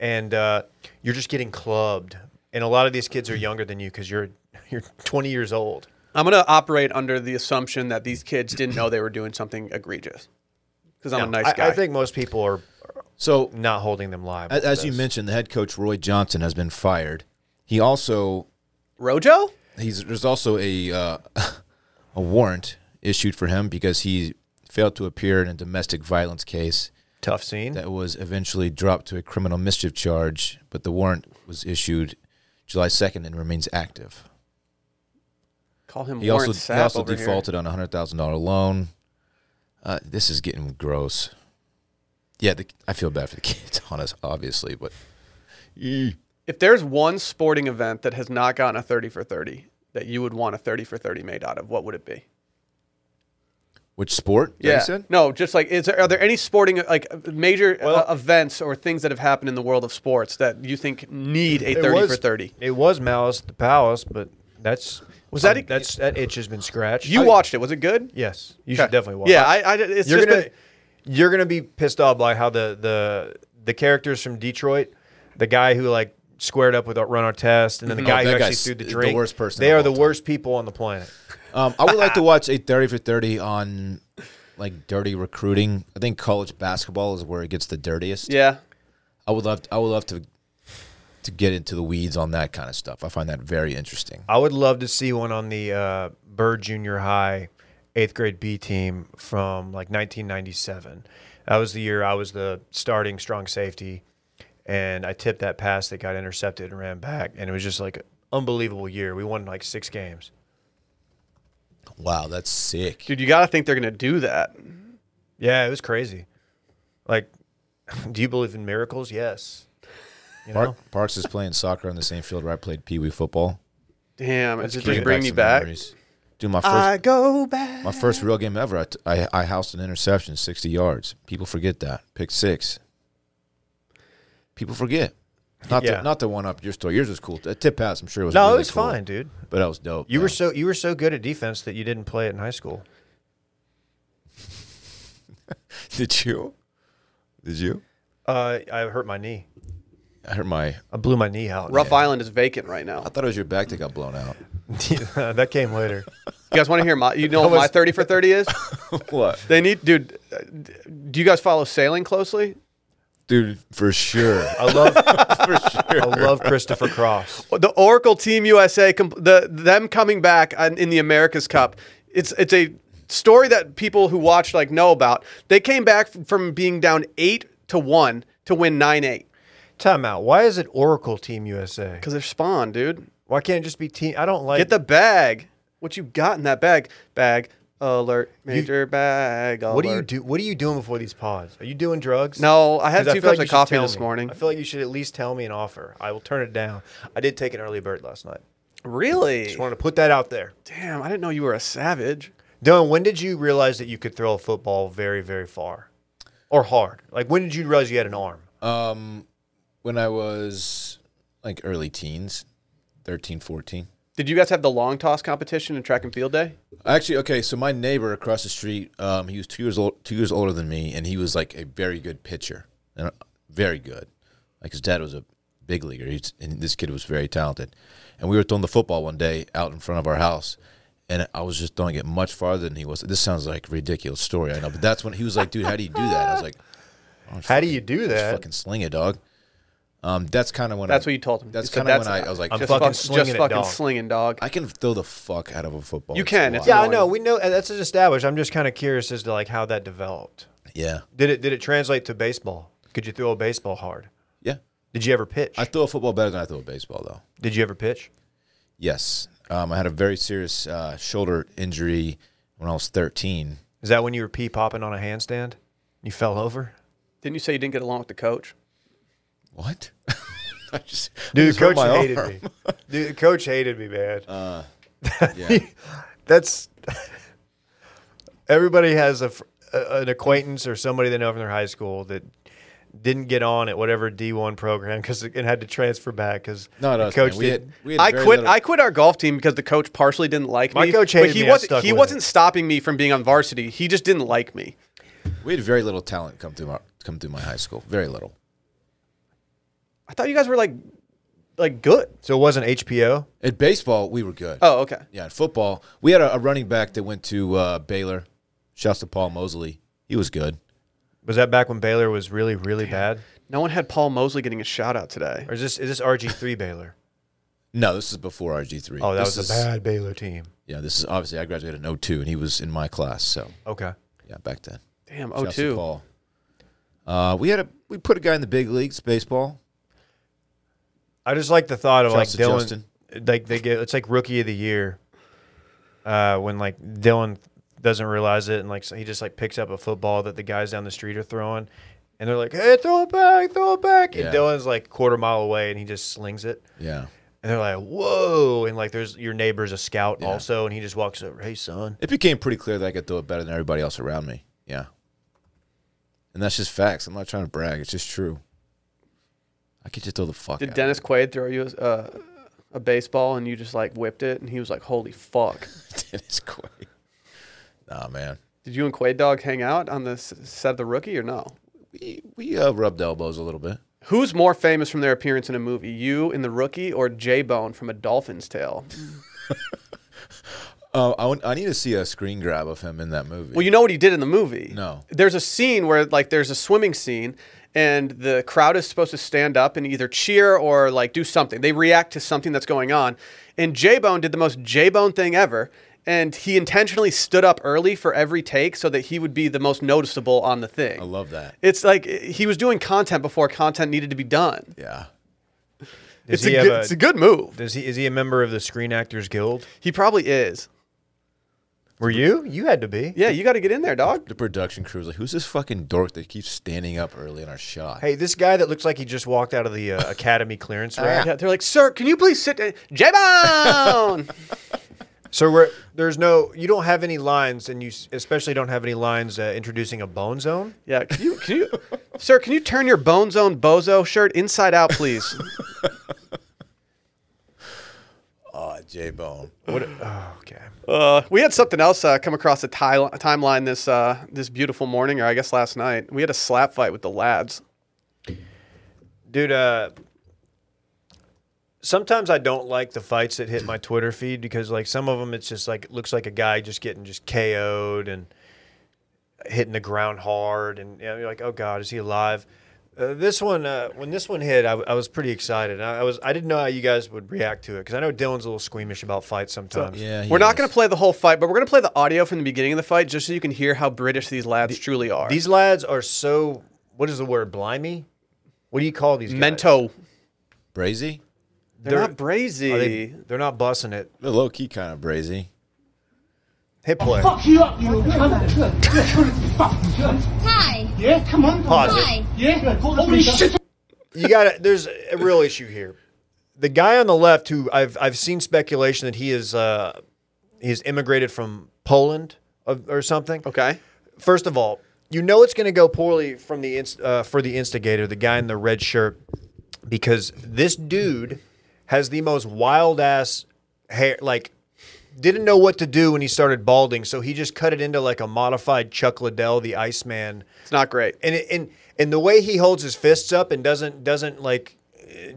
S2: and uh, you're just getting clubbed. And a lot of these kids are younger than you because you're you're 20 years old.
S1: I'm gonna operate under the assumption that these kids didn't know they were doing something egregious because I'm a nice
S2: I,
S1: guy.
S2: I think most people are
S3: So
S2: not holding them liable.
S3: as,
S2: to
S3: as you
S2: this.
S3: mentioned, the head coach Roy Johnson has been fired. He also
S1: Rojo.
S3: he's there's also a uh, a warrant issued for him because he failed to appear in a domestic violence case
S2: tough scene.
S3: that was eventually dropped to a criminal mischief charge, but the warrant was issued July 2nd and remains active.
S1: Call him
S3: He
S1: Warren
S3: also
S1: Sapp
S3: he also
S1: over here.
S3: defaulted on a hundred thousand dollar loan. Uh, this is getting gross. Yeah, the, I feel bad for the kids, honest, obviously, but
S1: If there's one sporting event that has not gotten a 30 for 30 that you would want a 30 for 30 made out of, what would it be?
S3: which sport? Is that what you said?
S1: No, just like, is there, are there any sporting, like major uh,
S2: Well-
S1: events or things that have happened in the world of sports that you think need a 30 for 30?
S2: It was Malice at the Palace, but that's was
S1: that-
S2: that's that itch has been scratched.
S1: You watched it. Was it good?
S2: yes, you
S1: Okay.
S2: should definitely watch.
S1: Yeah,
S2: it.
S1: I, I, it's
S2: you're
S1: just
S2: gonna
S1: been-
S2: you're gonna be pissed off by how the the the characters from Detroit, the guy who like squared up with Ron Artest, and then the guy who
S3: that
S2: actually
S3: guy's
S2: threw the
S3: the
S2: drink.
S3: worst person
S2: They
S3: of
S2: are
S3: all
S2: the
S3: time.
S2: worst people on the planet.
S3: Um, I would like to watch a 30 for 30 on like dirty recruiting. I think college basketball is where it gets the dirtiest.
S1: yeah.
S3: I would love to, I would love to to get into the weeds on that kind of stuff. I find that very interesting.
S2: I would love to see one on the uh, Bird Junior High eighth grade B team from like 1997. That was the year I was the starting strong safety, and I tipped that pass that got intercepted and ran back, and it was just like an unbelievable year. We won like six games.
S3: Wow, that's sick.
S1: Dude, you got to think they're going to do that.
S2: Yeah, it was crazy. Like, do you believe in miracles? Yes. You know?
S3: Park, Parks is playing soccer on the same field where I played pee wee football.
S1: Damn, it's
S3: Bringing
S1: just bringing me
S3: some
S1: back.
S3: memories. Dude, my first
S2: Uh,
S1: I go back.
S3: my first real game ever, I, t- I I housed an interception 60 yards. People forget that. Pick six. People forget. Not
S2: Yeah.
S3: the not the one up your story. Yours was cool. A tip pass, I'm sure it was.
S2: No,
S3: really
S2: it was
S3: cool,
S2: fine, dude.
S3: But that was dope.
S2: You
S3: man.
S2: were so you were so good at defense that you didn't play it in high school.
S3: Did you? Did you?
S2: Uh, I hurt my knee.
S3: I heard my.
S2: I blew my knee out.
S1: Rough Island is vacant right now.
S3: I thought it was your back that got blown out.
S2: that came later.
S1: You guys want to hear my? You know what my
S2: was-
S1: thirty for thirty is?
S3: What,
S1: They need, dude. uh, d- Do you guys follow sailing closely?
S3: dude? For sure.
S2: I love
S3: for sure.
S2: I love Christopher Cross.
S1: the Oracle Team USA, com- the them coming back on- in the America's Cup. It's it's a story that people who watch like know about. They came back f- from being down eight to one to win nine eight
S2: Timeout. Why is it Oracle Team USA?
S1: because they're spawn, dude.
S2: Why can't it just be team? I don't like
S1: Get the bag. What you got in that bag? Bag alert. Major bag alert.
S2: What do you do? What are you doing before these pods? Are you doing drugs?
S1: No, I had
S2: 'Cause
S1: two
S2: feel
S1: cups
S2: you
S1: of
S2: should
S1: coffee
S2: tell
S1: this
S2: me.
S1: morning.
S2: I feel like you should at least tell me an offer. I will turn it down. I did take an early bird last night.
S1: Really?
S2: Just wanted to put that out there.
S1: Damn, I didn't know you were a savage.
S2: Dylan, when did you realize that you could throw a football very, very far or hard? Like when did you realize you had an arm?
S3: When I was like early teens, 13, 14.
S1: Did you guys have the long toss competition in track and field day?
S3: Actually, okay. So my neighbor across the street, um, he was two years old, two years older than me, and he was like a very good pitcher, and uh, very good. Like his dad was a big leaguer, He's, and this kid was very talented. And we were throwing the football one day out in front of our house, and I was just throwing it much farther than he was. This sounds like a ridiculous story, I know, but that's when he was like, "Dude, how do you do that?" I was like, "Oh,
S2: How do you do
S3: "Just
S2: that?
S3: fucking sling it, dog." Um, that's kind of when
S1: That's
S3: I,
S1: what you told him.
S3: That's
S1: You said,
S3: kind of when
S1: "That's-
S3: I, I was like,
S2: I'm
S1: just
S2: fucking
S1: fuck-
S2: slinging
S1: just
S2: it,
S1: fucking
S2: dog.
S1: slinging dog.
S3: I can throw the fuck out of a football.
S1: You can,
S3: wild.
S1: it's-
S2: Yeah, I know. We know and that's just established. I'm just kind of curious as to like how that developed.
S3: yeah,
S2: Did it did it translate to baseball? Could you throw a baseball hard?
S3: yeah.
S2: Did you ever pitch?
S3: I throw a football better than I throw a baseball, though.
S2: did you ever pitch?
S3: Yes. Um, I had a very serious uh, shoulder injury when I was 13.
S2: Is that when you were pee popping on a handstand? You fell over?
S1: Didn't you say you didn't get along with the coach?
S3: What? I just, I
S2: Dude,
S3: just
S2: the
S3: hurt
S2: coach
S3: my
S2: hated
S3: arm.
S2: me. Dude, the coach hated me, man.
S3: Uh, Yeah.
S2: That's everybody has a, fr- a- an acquaintance or somebody they know from their high school that didn't get on at whatever D1 program because it had to transfer back because
S3: Not
S2: the
S3: us.
S2: coach
S3: man. We
S2: did.
S3: had, we had
S1: I
S3: very
S1: quit.
S3: little-
S1: I quit our golf team because the coach partially didn't like
S2: My
S1: me.
S2: coach
S1: but
S2: hated
S1: he
S2: me, I
S1: wasn't.
S2: stuck
S1: he
S2: with it.
S1: wasn't stopping me from being on varsity. He just didn't like me.
S3: we had very little talent come through my come through my high school. Very little.
S1: I thought you guys were like, like good.
S2: So it wasn't HPO.
S3: At baseball, we were good.
S1: Oh, okay.
S3: Yeah, in football, we had a, a running back that went to uh, Baylor. Shouts to Paul Mosley. He was good.
S2: Was that back when Baylor was really really bad?
S1: No one had Paul Mosley getting a shout out today.
S2: Or is this is this RG three Baylor?
S3: No, this is before RG3.
S2: Oh, that
S3: This
S2: was a
S3: is-
S2: bad Baylor team.
S3: Yeah, this is obviously I graduated in 02 and he was in my class. So,
S2: Okay.
S3: yeah, back then.
S1: Damn,
S3: Shouts to
S1: 02.
S3: Paul. Uh, we had a we put a guy in the big leagues baseball.
S2: I just like the thought of
S3: Shouts
S2: like
S3: to
S2: Dylan,
S3: Justin.
S2: like they get it's like rookie of the year. Uh, when like Dylan doesn't realize it, and like so he just like picks up a football that the guys down the street are throwing, and they're like, "Hey, throw it back, throw it back!"
S3: Yeah.
S2: And Dylan's like quarter mile away, and he just slings it,
S3: Yeah.
S2: and they're like, "Whoa!" And like there's your neighbor's a scout also, and he just walks over, "Hey, son."
S3: It became pretty clear that I could throw it better than everybody else around me. Yeah. And that's just facts. I'm not trying to brag. It's just true. I could just throw the fuck
S1: Did
S3: out.
S1: Dennis Quaid throw you a, uh, a baseball and you just like whipped it and he was like, "Holy fuck!"
S3: Dennis Quaid. Nah, man.
S1: Did you and Quaid dog hang out on the s- set of the rookie or no?
S3: We, we uh, rubbed elbows a little bit.
S1: Who's more famous from their appearance in a movie, you in The Rookie or J Bone from A Dolphin's Tale?
S3: Uh, I, want- I need to see a screen grab of him in that movie.
S1: Well, you know what he did in the movie.
S3: No.
S1: There's a scene where like there's a swimming scene and the crowd is supposed to stand up and either cheer or like do something. They react to something that's going on. And J-Bone did the most J-Bone thing ever and he intentionally stood up early for every take so that he would be the most noticeable on the thing.
S3: I love that.
S1: It's like he was doing content before content needed to be done.
S3: Yeah.
S2: Does
S1: it's
S2: he
S1: a
S2: have
S1: good,
S2: a-
S1: it's a good move.
S2: Does he is he a member of the Screen Actors Guild?
S1: He probably is.
S2: Were you? You had to be.
S1: Yeah, you got to get in there, dog.
S3: The production crew was like, who's this fucking dork that keeps standing up early in our shot?
S2: Hey, this guy that looks like he just walked out of the uh, academy clearance rack.
S1: Yeah, they're like, sir, can you please sit? down?" J-Bone.
S2: So we're, there's no, you don't have any lines, and you s- especially don't have any lines uh, introducing a bone zone.
S1: Yeah, can you, can you, sir? Can you turn your Bone Zone Bozo shirt inside out, please?
S3: Oh, J Bone.
S2: What, oh, okay.
S1: uh, we had something else uh, come across the tie, timeline this uh, this beautiful morning, or I guess last night. We had a slap fight with the lads.
S2: Dude, uh, sometimes I don't like the fights that hit my Twitter feed because like some of them it's just like it looks like a guy just getting just KO'd and hitting the ground hard and you know, you're like oh god is he alive? Uh, this one uh, when this one hit I, w- I was pretty excited I, I was I didn't know how you guys would react to it because I know Dylan's a little squeamish about fights sometimes.
S3: Yeah, he
S1: We're not
S3: is.
S1: going to play the whole fight, but we're going to play the audio from the beginning of the fight just so you can hear how British these lads truly are.
S2: These lads are so what is the word blimey? What do you call these? guys?
S1: Mento.
S3: brazy.
S1: They're, not brazy.
S2: Are they, they're not bussing it.
S3: They're low key kind of brazy.
S2: Hit play.
S6: Oh, Fuck you up, you cunt. You fucking cunt.
S7: Hi.
S6: Yeah, come on.
S2: Pause it.
S7: Hi.
S6: Yeah, holy shit.
S2: you got there's a real issue here. The guy on the left, who I've I've seen speculation that he is uh, he's immigrated from Poland of- or something.
S1: Okay.
S2: First of all, you know it's going to go poorly from the inst- uh, for the instigator, the guy in the red shirt, because this dude has the most wild ass hair. Like, didn't know what to do when he started balding, so he just cut it into like a modified Chuck Liddell, the Iceman
S1: It's not great.
S2: and it, and and the way he holds his fists up and doesn't doesn't like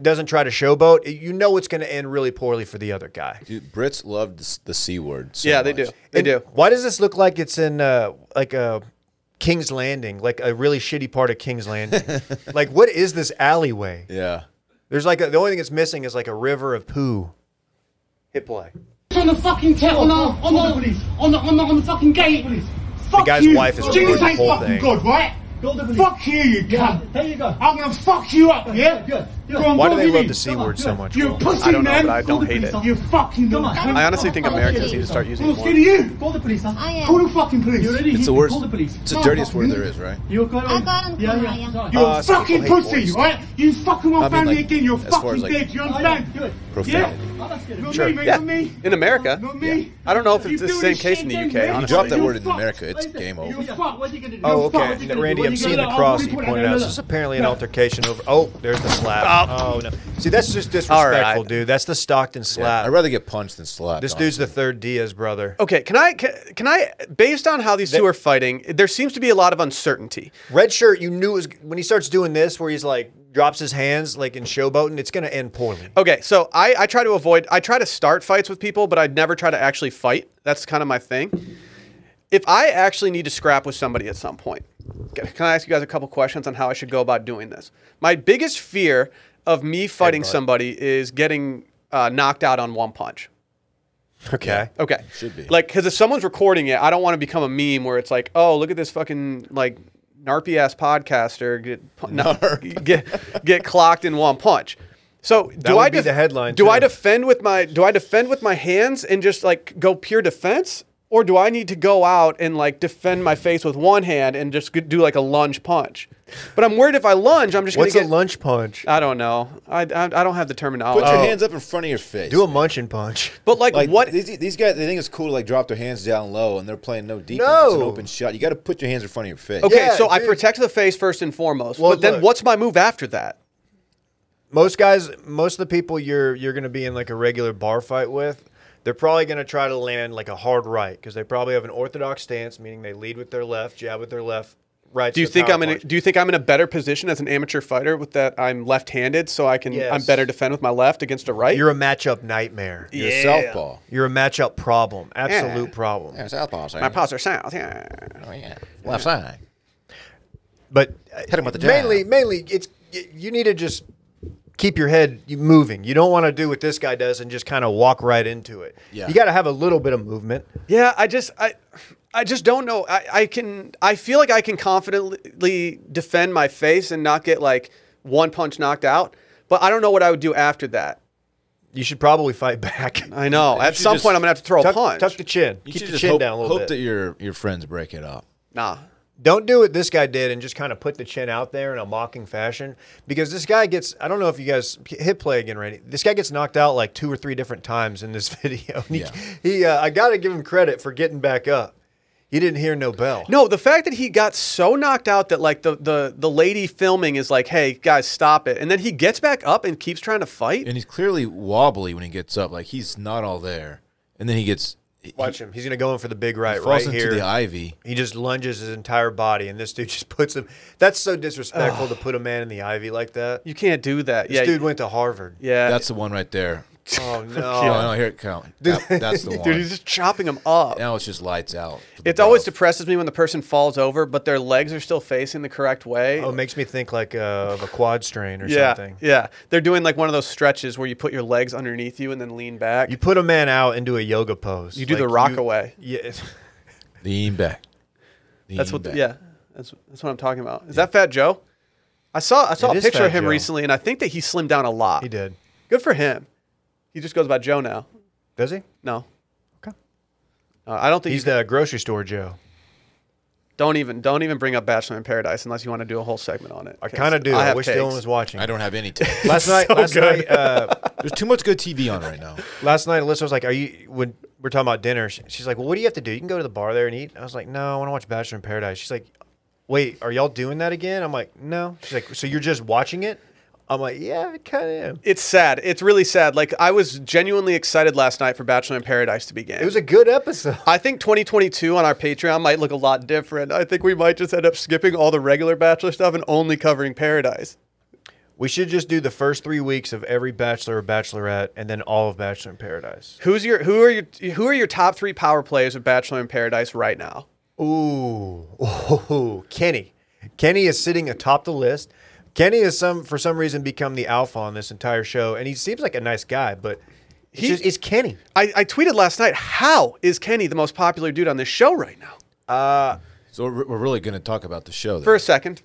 S2: doesn't try to showboat, you know it's going to end really poorly for the other guy.
S3: Dude, Brits love the, s- the c word. So
S1: yeah, they
S3: much.
S1: do. They
S2: And
S1: do.
S2: Why does this look like it's in uh, like a King's Landing, like a really shitty part of King's Landing? like what is this alleyway?
S3: Yeah,
S2: There's like a, the only thing that's missing is like a river of poo. Hit play.
S6: On the fucking tail, on the, on the, on the, on the, on the fucking gate. Fuck
S2: guy's
S6: you.
S2: wife is
S6: Jesus
S2: recording
S6: ain't
S2: the whole
S6: fucking
S2: thing.
S6: good, right? Fuck you, you cunt. There you go. I'm gonna fuck you up, yeah? Go on,
S2: Why do
S6: go
S2: they
S6: get
S2: love
S6: in.
S2: the C
S6: Go on,
S2: word
S6: go
S2: so
S6: on.
S2: much,
S6: You
S2: Will?
S6: pussy,
S1: I don't know,
S6: man.
S1: but I
S6: Call
S1: don't
S6: the
S1: hate
S6: police,
S1: it.
S6: You fucking little cunt.
S1: I honestly think Americans need to start using
S6: I'm
S1: it
S6: scared of
S1: more.
S6: you. Call the police, huh?
S7: I am.
S6: Call the fucking police. You're
S3: it's the worst. It's the dirtiest word there is, right?
S6: You're going
S7: I got him.
S6: Yeah,
S7: Yeah,
S6: yeah.
S7: yeah.
S6: You're
S2: Uh,
S6: a
S2: so
S6: fucking
S2: people hate
S6: pussy,
S2: boys.
S6: right? You fucking want
S3: I mean,
S6: family
S3: like,
S6: again, you're
S3: as far
S6: fucking
S3: as, like,
S6: dead, you understand?
S3: Profanity.
S6: Not
S2: Sure.
S6: me, mate,
S1: Yeah.
S6: not me.
S1: In America.
S6: Not me.
S1: I don't know if
S6: You
S1: it's the
S6: do
S1: same
S6: this
S1: case
S6: shit
S1: in the
S6: then,
S1: UK,
S6: man.
S1: honestly.
S3: drop that
S6: You're
S3: word in
S6: fucked.
S3: America, it's
S6: What is it?
S3: game over.
S6: You're fucked. What are you gonna do?
S2: Oh,
S6: You're fucked.
S2: okay.
S6: What you gonna do?
S2: Randy,
S6: What
S2: I'm
S6: you
S2: seeing the
S6: gonna-
S2: cross
S6: oh,
S2: that you
S6: what are
S2: pointed out.
S6: gonna
S2: Is
S6: do?
S2: this apparently an altercation over? Oh, there's the slap. Oh, no. See, that's just
S1: All
S2: disrespectful,
S1: right.
S2: dude. That's the Stockton slap.
S3: I'd rather get punched than slapped.
S2: this dude's the third Diaz brother.
S1: Okay, can I can, can I based on how these two are fighting, there seems to be a lot of uncertainty.
S2: Red shirt, you knew it was when he starts doing this, where he's like drops his hands like in showboating. It's gonna end poorly.
S1: Okay, so I, I try to avoid I try to start fights with people, but I'd never try to actually fight. That's kind of my thing. If I actually need to scrap with somebody at some point, can can I ask you guys a couple questions on how I should go about doing this? My biggest fear of me fighting somebody is getting uh, knocked out on one punch.
S2: Okay.
S1: Okay.
S3: Should be.
S1: Like, because if someone's recording it, I don't want to become a meme where it's like, oh, look at this fucking, like, narpy ass podcaster get, pu- no, get, get clocked in one punch. So do
S2: would
S1: I
S2: be the headline,
S1: Do I
S2: too.
S1: defend with my do I defend with my hands and just like go pure defense, or do I need to go out and like defend my face with one hand and just do like a lunge punch? But I'm worried if I lunge, I'm just
S2: What's
S1: gonna
S2: a
S1: get.
S2: lunch punch?
S1: I don't know. I, I, I don't have the terminology. Oh.
S3: Put your hands up in front of your face.
S2: Do a munchin punch.
S1: but like,
S3: like
S1: what?
S3: these, these guys? They think it's cool to like drop their hands down low and they're playing no defense. It's an
S2: No.
S3: open shot. You got to put your hands in front of your face.
S1: Okay,
S2: Yeah,
S1: so I
S2: dude.
S1: protect the face first and foremost.
S2: Well,
S1: but then
S2: look.
S1: what's my move after that?
S2: Most guys, most of the people you're you're gonna be in like a regular bar fight with, they're probably gonna try to land like a hard right because they probably have an orthodox stance, meaning they lead with their left, jab with their left, right.
S1: Do you think I'm in a, do you think I'm in a better position as an amateur fighter with that I'm left-handed so I can I'm
S2: Yes.
S1: better defend with my left against a right?
S2: You're a matchup nightmare.
S3: You're a southpaw.
S2: You're a matchup problem. Absolute
S1: Yeah.
S2: problem.
S3: Yeah, southpaw.
S1: my posture south. Yeah.
S3: Oh, yeah. Left side.
S2: But uh,
S3: Hit 'em with the jab.
S2: mainly, mainly, it's y- you need to just keep your head you- moving. You don't want to do what this guy does and just kind of walk right into it.
S3: Yeah.
S2: You got to have a little bit of movement.
S1: Yeah, I just I I just don't know. I, I can I feel like I can confidently defend my face and not get like one punch knocked out, but I don't know what I would do after that.
S2: You should probably fight back.
S1: I know. At
S3: should
S1: some
S3: just
S1: point I'm going to have to throw a
S2: Tuck,
S1: punch.
S2: tuck the chin.
S3: You
S2: keep
S3: should
S2: the
S3: just
S2: chin
S3: hope,
S2: down a little
S3: hope
S2: bit.
S3: that your your friends break it up.
S1: nah.
S2: don't do what this guy did and just kind of put the chin out there in a mocking fashion because this guy gets i don't know if you guys hit play again randy this guy gets knocked out like two or three different times in this video And he,
S3: Yeah.
S2: he, uh, i gotta give him credit for getting back up he didn't hear no bell
S1: No, the fact that he got so knocked out that like the the the lady filming is like, "Hey guys, stop it," and then he gets back up and keeps trying to fight.
S3: And he's clearly wobbly when he gets up. Like he's not all there. And then he gets
S2: Watch him. He's gonna go in for the big right, right
S3: falls into
S2: here.
S3: the ivy.
S2: He just lunges his entire body, and this dude just puts him. That's so disrespectful to put a man in the ivy like that.
S1: You can't do that.
S2: This
S1: yeah,
S2: dude went to Harvard.
S1: yeah.
S3: That's the one right there.
S2: Oh
S3: Oh,
S2: no.
S3: no, here it comes. That, that's the one.
S1: dude, he's just chopping him up.
S3: now it's just lights out. for the
S1: It always
S3: Browns.
S1: depresses me when the person falls over, but their legs are still facing the correct way.
S2: Oh, it makes me think like uh, of a quad strain or
S1: yeah,
S2: something.
S1: yeah. They're doing like one of those stretches where you put your legs underneath you and then lean back.
S2: You put a man out and do a yoga pose.
S1: You do the
S2: Like, you-
S1: rockaway.
S2: Yeah.
S3: lean back.
S1: That's
S3: Lean
S1: what. The,
S3: back.
S1: yeah, that's that's what I'm talking about. Is that Fat Joe? I saw I saw
S2: It
S1: a
S2: is
S1: picture
S2: Fat
S1: of him
S2: Joe.
S1: recently, and I think that he slimmed down a lot.
S2: He did.
S1: Good for him. He just goes by Joe now.
S2: Does he?
S1: No,
S2: Okay.
S1: Uh, I don't think
S2: He's
S1: you can-
S2: the grocery store Joe.
S1: Don't even don't even bring up Bachelor in Paradise unless you want to do a whole segment on it.
S2: I
S1: 'cause
S2: kind of do. I,
S1: have
S2: wish
S1: takes.
S2: Dylan was watching.
S3: I don't have any. tape.
S2: Last night, last night, uh,
S3: There's too much good TV on right now.
S2: last night, Alyssa was like, "Are you?" When we're talking about dinner, sh- she's like, "Well, what do you have to do? You can go to the bar there and eat." I was like, "No, I want to watch Bachelor in Paradise." She's like, "Wait, are y'all doing that again?" I'm like, "No." She's like, "So you're just watching it?" I'm like, "Yeah, I kind of am."
S1: It's sad. It's really sad. Like I was genuinely excited last night for Bachelor in Paradise to begin.
S2: It was a good episode.
S1: I think 2022 on our Patreon might look a lot different. I think we might just end up skipping all the regular Bachelor stuff and only covering Paradise.
S2: We should just do the first three weeks of every Bachelor or Bachelorette, and then all of Bachelor in Paradise.
S1: Who's your who are your who are your top three power players of Bachelor in Paradise right now?
S2: Ooh, ooh, Kenny. Kenny is sitting atop the list. Kenny has some for some reason become the alpha on this entire show, and he seems like a nice guy, but it's
S1: He-
S2: just- it's Kenny.
S1: I, I tweeted last night. How is Kenny the most popular dude on this show right now?
S3: So we're, we're really going to talk about the show. Then.
S1: For a second,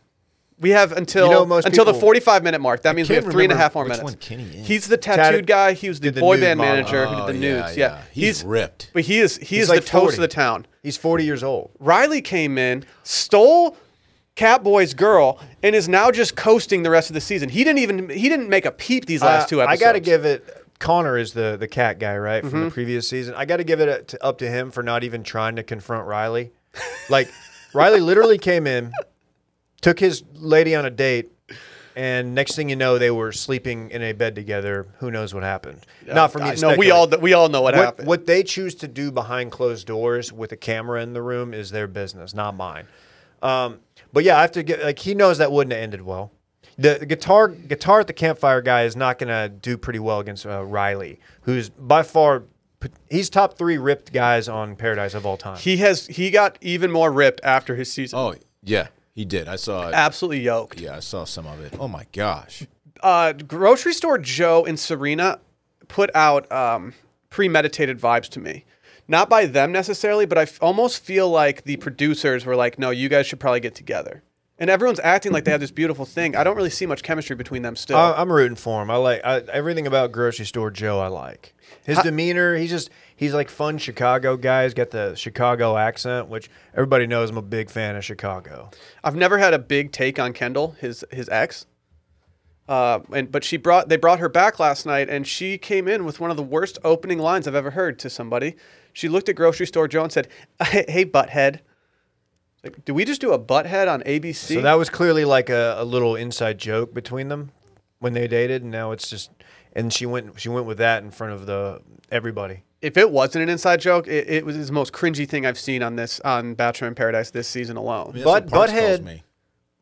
S1: we have until
S2: You know, most
S1: until the
S2: people-
S1: forty-five minute mark. That means we
S3: can't
S1: have three and a
S3: remember
S1: half more
S3: which
S1: minutes.
S3: one Kenny is.
S1: He's the tattooed
S2: Tatted-
S1: guy. He was the,
S2: did the
S1: boy
S2: nude
S1: band
S2: model.
S1: manager who
S3: Oh,
S1: did the
S3: yeah,
S1: nudes. Yeah,
S3: yeah. He's ripped.
S1: But he is he is
S2: like
S1: the toast
S2: 40.
S1: of the town.
S2: He's 40 years old.
S1: Riley came in, stole Catboy's girl, and is now just coasting the rest of the season. He didn't even he didn't make a peep these last
S2: Uh,
S1: two episodes. Mm-hmm.
S2: I got to give it. Connor is the the cat guy, right, from the previous season. I got to give it a, to, up to him for not even trying to confront Riley. Like Riley literally came in, took his lady on a date, and next thing you know, they were sleeping in a bed together. Who knows what happened? not for me. To
S1: no, we
S2: speculate.
S1: all we all know what,
S2: What,
S1: happened.
S2: what they choose to do behind closed doors with a camera in the room is their business, not mine. Um, but yeah, I have to get like he knows that wouldn't have ended well. The, the guitar guitar at the campfire guy is not going to do pretty well against uh, Riley, who's by far p- he's top three ripped guys on Paradise of all time.
S1: he has he got even more ripped after his season.
S3: Oh yeah, he did. I saw. It.
S1: Absolutely yoked.
S3: Yeah, I saw some of it. Oh my gosh.
S1: Uh, grocery store Joe and Serena put out um, premeditated vibes to me. Not by them necessarily, but I f- almost feel like the producers were like, "No, you guys should probably get together." And everyone's acting like they have this beautiful thing. I don't really see much chemistry between them still.
S2: I, I'm rooting for him. I like I, everything about grocery store Joe. I like his demeanor. He's just he's like fun Chicago guy. He's got the Chicago accent, which everybody knows. I'm a big fan of Chicago.
S1: I've never had a big take on Kendall, his his ex. Uh, and but she brought they brought her back last night, and she came in with one of the worst opening lines I've ever heard to somebody. She looked at grocery store Joe and said, "Hey, butthead." Like, do we just do a butthead on ABC?
S2: So that was clearly like a, a little inside joke between them when they dated, and now it's just. And she went she went with that in front of the everybody.
S1: if it wasn't an inside joke, it, it was the most cringy thing I've seen on this on Bachelor in Paradise this season alone.
S3: I mean, that's
S2: Bud-
S3: what Parks
S2: Butthead-
S3: calls me.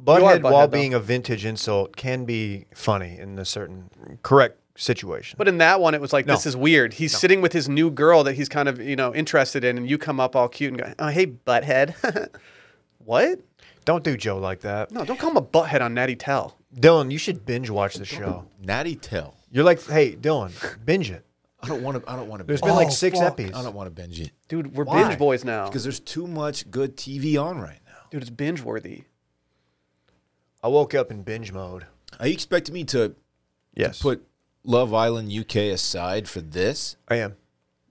S2: Butthead, while
S1: butthead, though.
S2: being a vintage insult, can be funny in a certain correct situation.
S1: But in that one, it was like,
S2: No.
S1: this is weird. He's sitting with his new girl that he's kind of, you know, interested in, and you come up all cute and go, oh, hey, butthead. what?
S2: Don't do Joe like that,
S1: No, don't call him a butthead on Natty Tell.
S2: Dylan. You should binge watch the show.
S3: Natty Tell.
S2: You're like, hey, Dylan, binge it.
S3: I don't want to. I don't want to.
S2: There's
S3: There's
S2: been like six
S3: I
S2: episodes.
S3: don't want to binge it
S1: Dude, we're
S2: Why?
S1: binge boys now.
S3: because there's too much good TV on right now.
S1: Dude, it's binge worthy.
S2: I woke up in binge mode.
S3: Are you expecting me to
S2: Yes,
S3: put Love Island UK aside for this?
S2: I am.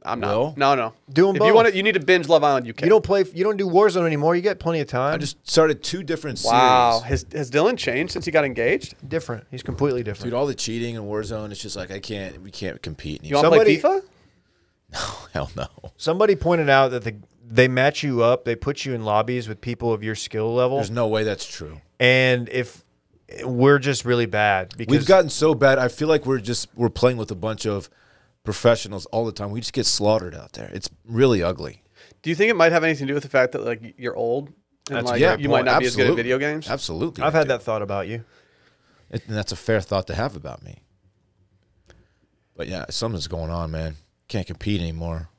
S1: I'm not. No,
S3: No?
S1: no.
S2: Do 'em
S1: if You, want
S2: both.
S1: to, you need to binge Love Island UK.
S2: You don't play. You don't do Warzone anymore. You get plenty of time.
S3: I just started two different series.
S1: wow. Has, has Dylan changed since he got engaged?
S2: different. He's completely different.
S3: Dude, all the cheating and Warzone, it's just like I can't. We can't compete
S1: You
S3: anymore.
S1: want to play
S2: Somebody-
S1: FIFA?
S3: Hell no.
S2: Somebody pointed out that the they match you up, they put you in lobbies with people of your skill level,
S3: There's no way that's true.
S2: and if we're just really bad because
S3: We've gotten so bad. I feel like we're just we're playing with a bunch of professionals all the time. We just get slaughtered out there. It's really ugly.
S1: Do you think it might have anything to do with the fact that like you're old and like
S3: yeah,
S1: Uh, you might
S3: boy,
S1: not be as good at
S3: absolutely.
S1: video games?
S3: Absolutely,
S2: I've had
S3: dude.
S2: that thought about you.
S3: It- and that's a fair thought to have about me. But yeah, something's going on, man. Can't compete anymore.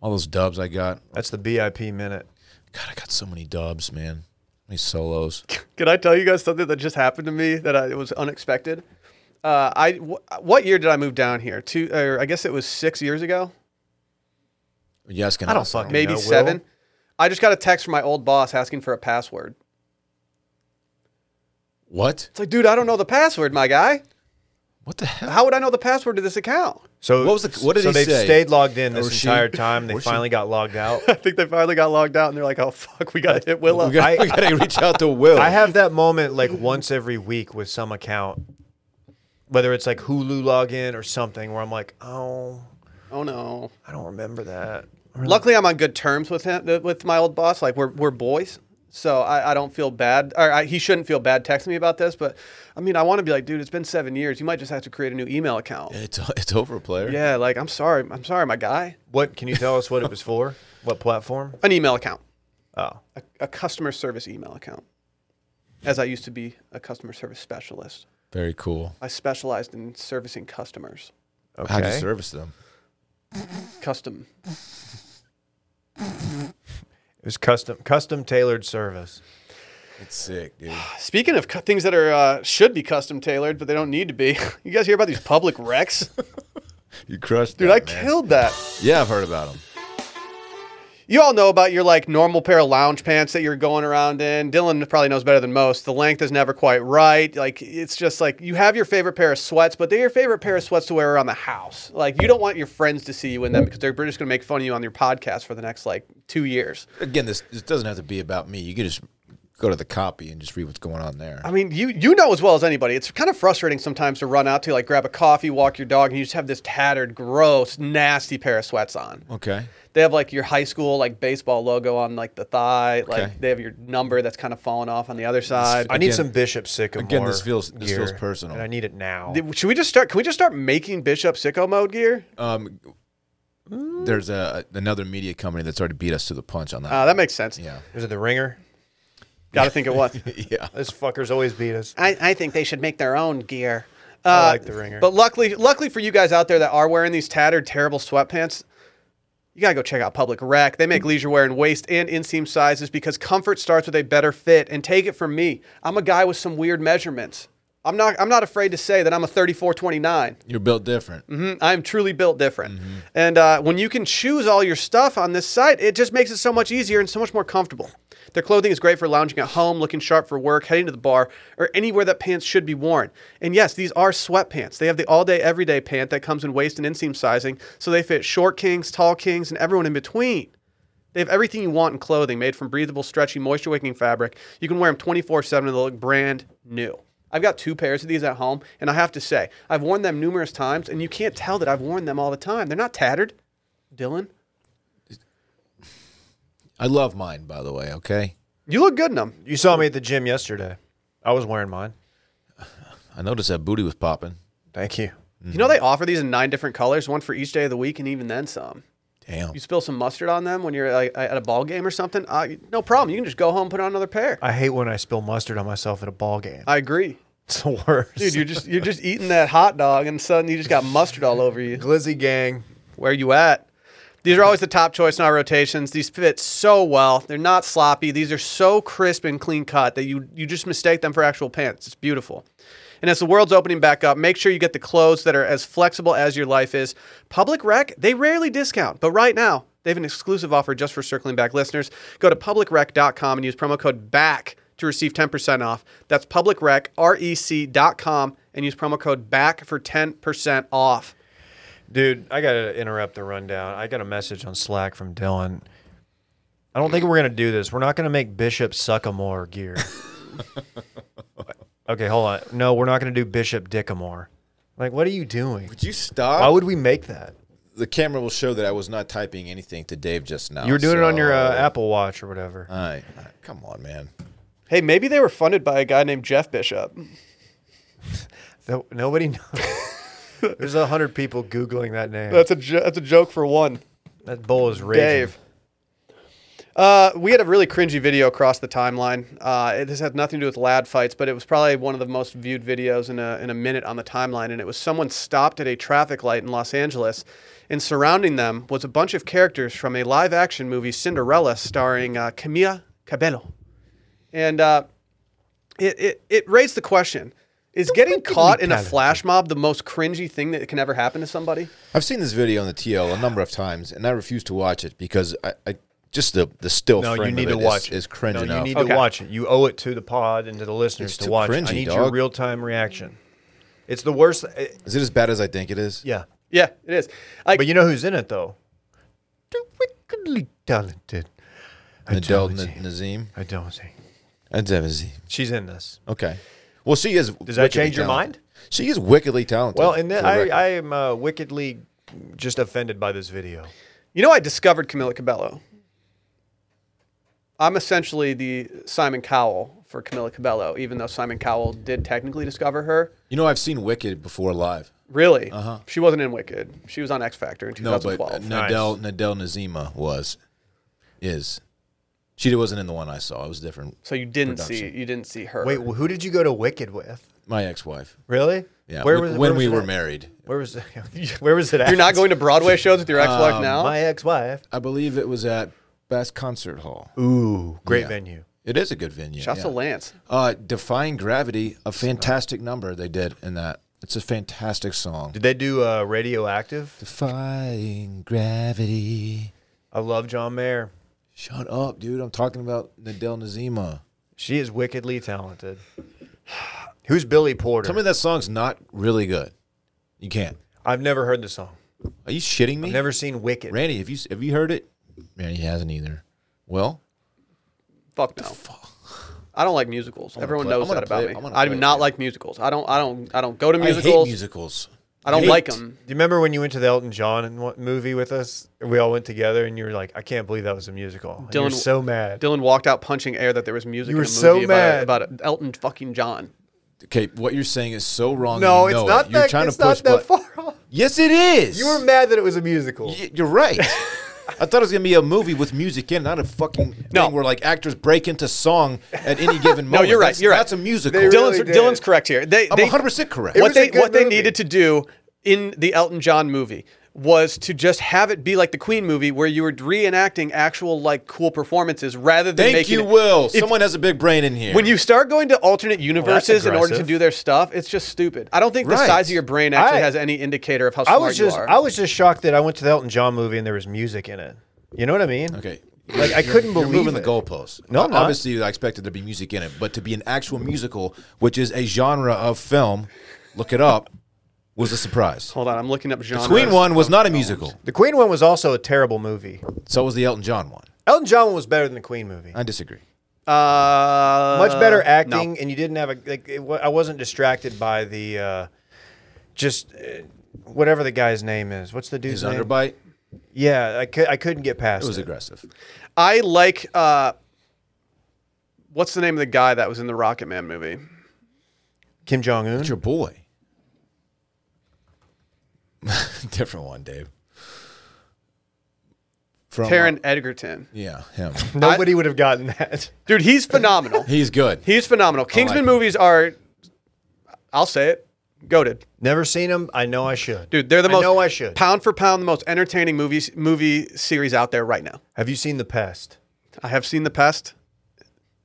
S3: All those dubs I got.
S2: That's the BIP minute.
S3: God, I got so many dubs, man. So Many solos.
S1: Can I tell you guys something that just happened to me that I, it was unexpected? Uh, I w- what year did I move down here? Two, or I guess it was six years ago,
S3: You're asking
S2: I don't
S3: us.
S2: fucking
S1: maybe
S2: know, Will.
S1: seven. I just got a text from my old boss asking for a password.
S3: What?
S1: It's like, dude, I don't know the password, my guy.
S3: What the hell?
S1: How would I know the password to this account?
S2: So
S3: What was the- what did
S2: so
S3: he
S2: they've
S3: say?
S2: stayed logged in this
S3: Or she-
S2: entire time. They
S3: or she-
S2: finally got logged out.
S1: I think they finally got logged out, and they're like, "Oh fuck, we got to hit Will
S3: we,
S1: up."
S3: gotta, we gotta reach out to Will.
S2: I have that moment like once every week with some account, whether it's like Hulu login or something, where I'm like, oh,
S1: Oh no!
S2: I don't remember that. Or
S1: Luckily, I'm on good terms with him, th- with my old boss. Like we're we're boys, so I, I don't feel bad. Or I, he shouldn't feel bad texting me about this, but I mean, I want to be like, dude, it's been seven years. You might just have to create a new email account.
S3: It's, it's over, player.
S1: Yeah, like I'm sorry, I'm sorry, my guy.
S2: What can you tell us what it was for? What platform?
S1: An email account,
S2: Oh,
S1: a, a customer service email account. As I used to be a customer service specialist,
S3: Very cool.
S1: I specialized in servicing customers,
S2: okay.
S3: How'd you service them?
S1: custom.
S2: It was custom custom tailored service.
S3: It's sick, dude.
S1: Speaking of cu- things that are uh, should be custom tailored, but they don't need to be. You guys hear about these public wrecks?
S3: You crushed,
S1: Dude,
S3: that,
S1: I
S3: man.
S1: killed that.
S3: Yeah, I've heard about him.
S1: You all know about your like normal pair of lounge pants that you're going around in. Dylan probably knows better than most. The length is never quite right. Like it's just like you have your favorite pair of sweats, but they're your favorite pair of sweats to wear around the house. Like you don't want your friends to see you in them because they're just going to make fun of you on your podcast for the next like two years.
S3: Again, this this doesn't have to be about me. You can just go to the copy and just read what's going on there.
S1: I mean, you you know as well as anybody. It's kind of frustrating sometimes to run out to like grab a coffee, walk your dog, and you just have this tattered, gross, nasty pair of sweats on.
S3: okay.
S1: They have like your high school like baseball logo on like the thigh.
S3: Okay.
S1: Like they have your number that's kind of falling off on the other side.
S2: I need
S3: Again-
S2: some Bishop Sycamore.
S3: again, this feels- this feels
S2: gear,
S3: personal.
S2: and I need it now.
S1: Th- Should we just start? Can we just start making Bishop sicko mode gear?
S3: Um, there's a another media company that's already beat us to the punch on that.
S1: Uh, that makes sense.
S3: yeah,
S2: Is it the ringer?
S1: Gotta think it was.
S3: yeah.
S2: This fucker's always beat us.
S1: I, I think they should make their own gear. Uh,
S2: I like the ringer.
S1: But luckily, luckily for you guys out there that are wearing these tattered, terrible sweatpants, you gotta go check out Public Rec. They make leisure wear in waist and inseam sizes because comfort starts with a better fit. And take it from me, I'm a guy with some weird measurements. I'm not. I'm not afraid to say that I'm a 3429.
S3: You're built different.
S1: I'm truly built different. And uh, when you can choose all your stuff on this site, it just makes it so much easier and so much more comfortable. Their clothing is great for lounging at home, looking sharp for work, heading to the bar, or anywhere that pants should be worn. And yes, these are sweatpants. They have the all day, everyday pant that comes in waist and inseam sizing, so they fit short kings, tall kings, and everyone in between. They have everything you want in clothing made from breathable, stretchy, moisture wicking fabric. You can wear them 24 7 and they look brand new. I've got two pairs of these at home, and I have to say, I've worn them numerous times, and you can't tell that I've worn them all the time. They're not tattered. Dylan,
S3: I love mine, by the way. Okay,
S1: you look good in them.
S2: You saw me at the gym yesterday. I was wearing mine.
S3: I noticed that booty was popping.
S2: Thank you.
S1: You know, they offer these in nine different colors, one for each day of the week, and even then some.
S3: Damn.
S1: You spill some mustard on them when you're like, at a ball game or something, uh, no problem. You can just go home, put on another pair.
S2: I hate when I spill mustard on myself at a ball game.
S1: I agree.
S2: It's the worst.
S1: Dude, you're just you're just eating that hot dog and suddenly you just got mustard all over you.
S2: glizzy gang.
S1: Where you at? These are always the top choice in our rotations. These fit so well. They're not sloppy. These are so crisp and clean cut that you you just mistake them for actual pants. It's beautiful. And as the world's opening back up, make sure you get the clothes that are as flexible as your life is. Public Rec, they rarely discount, but right now, they have an exclusive offer just for circling back listeners. Go to publicrec.com and use promo code BACK to receive 10% off. That's publicrec, E R-E-C.com, and use promo code BACK for 10% off.
S2: Dude, I got to interrupt the rundown. I got a message on Slack from Dylan. I don't think we're going to do this. We're not going to make Bishop Suckamore gear. okay, hold on. No, we're not going to do Bishop Dickamore. Like, what are you doing?
S3: Would you stop?
S1: Oh.
S2: Why would we make that?
S3: the camera will show that I was not typing anything to Dave just now.
S2: You were doing it on your
S3: so-
S2: uh, Apple Watch or whatever.
S1: Uh.
S3: All right. All right. Come on, man.
S1: Hey, maybe they were funded by a guy named Jeff Bishop.
S2: No, nobody knows. There's a hundred people googling that name.
S1: That's a jo- that's a joke for one.
S2: that bull is raging.
S1: Dave. Uh, we had a really cringy video across the timeline. Uh, it- this had nothing to do with lad fights, but it was probably one of the most viewed videos in a, in a minute on the timeline. And it was someone stopped at a traffic light in Los Angeles, and surrounding them was a bunch of characters from a live action movie, Cinderella, starring uh, Camila Cabello. And uh, it, it, it raised the question Is getting caught in a flash mob the most cringy thing that can ever happen to somebody?
S3: I've seen this video on the TL a number of times, and I refuse to watch it because I, I just the the still
S2: No,
S3: frame
S2: you need to
S3: of it is-
S2: watch. it.
S3: is cringe
S2: no,
S3: enough.
S2: You need
S1: Okay.
S2: to watch it. You owe it to the pod and to the listeners
S3: It's
S2: to
S3: too
S2: watch. it.
S3: cringy,
S2: I need your
S3: dog.
S2: real time reaction. It's the worst. eh,
S3: Is it as bad as I think it is?
S2: yeah,
S1: Yeah, it is. Like,
S2: but you know who's in it though? The wickedly talented
S3: Nadel
S2: Adele
S3: N- Nazim.
S2: Adolzi.
S3: Adele Nazim.
S2: She's in this.
S3: Okay. Well, she is.
S2: Does that
S3: wickedly
S2: change your
S3: talented.
S2: mind?
S3: She is wickedly talented.
S2: Well, and then
S3: for the
S2: I,
S3: record.
S2: I am uh, wickedly just offended by this video.
S1: You know, I discovered Camila Cabello. I'm essentially the Simon Cowell for Camila Cabello, even though Simon Cowell did technically discover her.
S3: you know, I've seen Wicked before live.
S1: Really? Uh-huh. She wasn't in Wicked. She was on X Factor in
S3: No, but
S1: 2012.
S3: uh, Nadel Nadel Nazima was, is, she wasn't in the one I saw. It was different.
S1: so you didn't see
S3: production.
S1: you didn't see her.
S2: Wait, who did you go to Wicked with?
S3: My ex-wife.
S2: Really?
S3: Yeah.
S2: Where
S3: wh-
S2: was
S3: when
S2: where
S3: we
S2: was it
S3: were
S2: at?
S3: married?
S2: Where was where was it at?
S1: you're not going to Broadway shows with your ex-wife now.
S2: My ex-wife.
S3: I believe it was at Best Concert Hall.
S2: Ooh, great
S3: Yeah.
S2: venue.
S3: It is a good venue.
S1: Shouts to
S3: yeah.
S1: Lance.
S3: Uh, Defying Gravity, a fantastic number they did in that. It's a fantastic song.
S2: Did they do uh, Radioactive?
S3: Defying Gravity.
S2: I love John Mayer.
S3: Shut up, dude. I'm talking about Nadel Nazima.
S2: She is wickedly talented. Who's Billy Porter?
S3: Tell me that song's not really good. You can't.
S2: I've never heard the song.
S3: Are you shitting me?
S2: I've never seen Wicked.
S3: Randy, have you have you heard it? Randy hasn't either. Well,
S1: Fuck no. I don't like musicals. Everyone
S3: play-
S1: knows
S3: I'm
S1: that
S3: gonna
S1: about
S3: play-
S1: me.
S3: I'm gonna
S1: I do
S3: play it,
S1: not
S3: yeah.
S1: like musicals. I don't. I don't. I don't go to
S3: I hate
S1: musicals. I,
S3: musicals.
S1: don't
S3: Hate.
S1: like them.
S2: Do you remember when you went to the Elton John and what- movie with us? We all went together, and you were like, "I can't believe that was a musical." And you were
S1: Dylan-
S2: so mad.
S1: Dylan walked out punching air that there was music in
S2: You
S1: a
S2: were
S1: movie
S2: so mad.
S1: about, about Elton fucking John.
S3: Okay, what you're saying is so wrong.
S2: no,
S3: and you
S2: it's
S3: know
S2: not
S3: it.
S2: that.
S3: You're trying
S2: it's
S3: to push
S2: not that
S3: but-
S2: far off.
S3: Yes, it is.
S2: You were mad that it was a musical.
S3: Y- You're right. I thought it was gonna be a movie with music in, not a fucking
S1: No.
S3: thing where like actors break into song at any given moment.
S1: No, you're right,
S3: That's,
S1: you're right.
S3: That's a musical.
S2: They really-
S1: Dylan's,
S2: did.
S1: Dylan's correct here. They,
S3: I'm
S1: they-
S3: 100 percent correct.
S1: What
S2: was a
S1: they
S2: good
S1: what they
S2: movie.
S1: needed to do in the Elton John movie was to just have it be like the Queen movie, where you were reenacting actual like cool performances rather than
S3: Thank
S1: making
S3: you,
S1: it-
S3: Will.
S1: if-
S3: Someone has a big brain in here.
S1: when you start going to alternate universes in order to
S2: aggressive.
S1: do their stuff, it's just stupid. I don't think the
S3: Right.
S1: size of your brain actually
S2: I-
S1: has any indicator of how
S2: I
S1: smart
S2: was just,
S1: you are.
S2: I was just shocked that I went to the Elton John movie and there was music in it. You know what I mean?
S3: okay,
S2: Like I couldn't
S3: you're
S2: believe
S3: moving
S2: it.
S3: the goalposts.
S2: No, I'm not.
S3: obviously I expected there to be music in it, but to be an actual musical, which is a genre of film, look it up, was a surprise.
S1: Hold on, I'm looking up genres.
S3: Queen one was not a musical,
S2: The Queen one was also a terrible movie.
S3: so was the Elton John one.
S2: Elton John one was better than the Queen movie.
S3: I disagree.
S1: Uh,
S2: Much better acting,
S1: no.
S2: and you didn't have a. Like, it, wa- I wasn't distracted by the, uh, just uh, whatever the guy's name is. What's the dude's
S3: His
S2: name?
S3: underbite
S2: Yeah, I, cou- I couldn't get past
S3: it
S2: it.
S3: was aggressive.
S1: I like. Uh, what's the name of the guy that was in the Rocket Man movie?
S2: Kim Jong Un.
S3: It's your boy. Different one, Dave. From uh,
S1: Taron Egerton.
S3: yeah, him.
S2: Nobody would have gotten that.
S1: Dude, he's phenomenal.
S3: He's good.
S1: He's phenomenal. Kingsman
S3: him.
S1: movies are, I'll say it, goaded.
S2: Never seen him. I know I should.
S1: Dude, they're the
S2: I
S1: most
S2: know I should.
S1: pound for pound the most entertaining movies movie series out there right now.
S2: Have you seen The Pest?
S1: I have seen The Pest.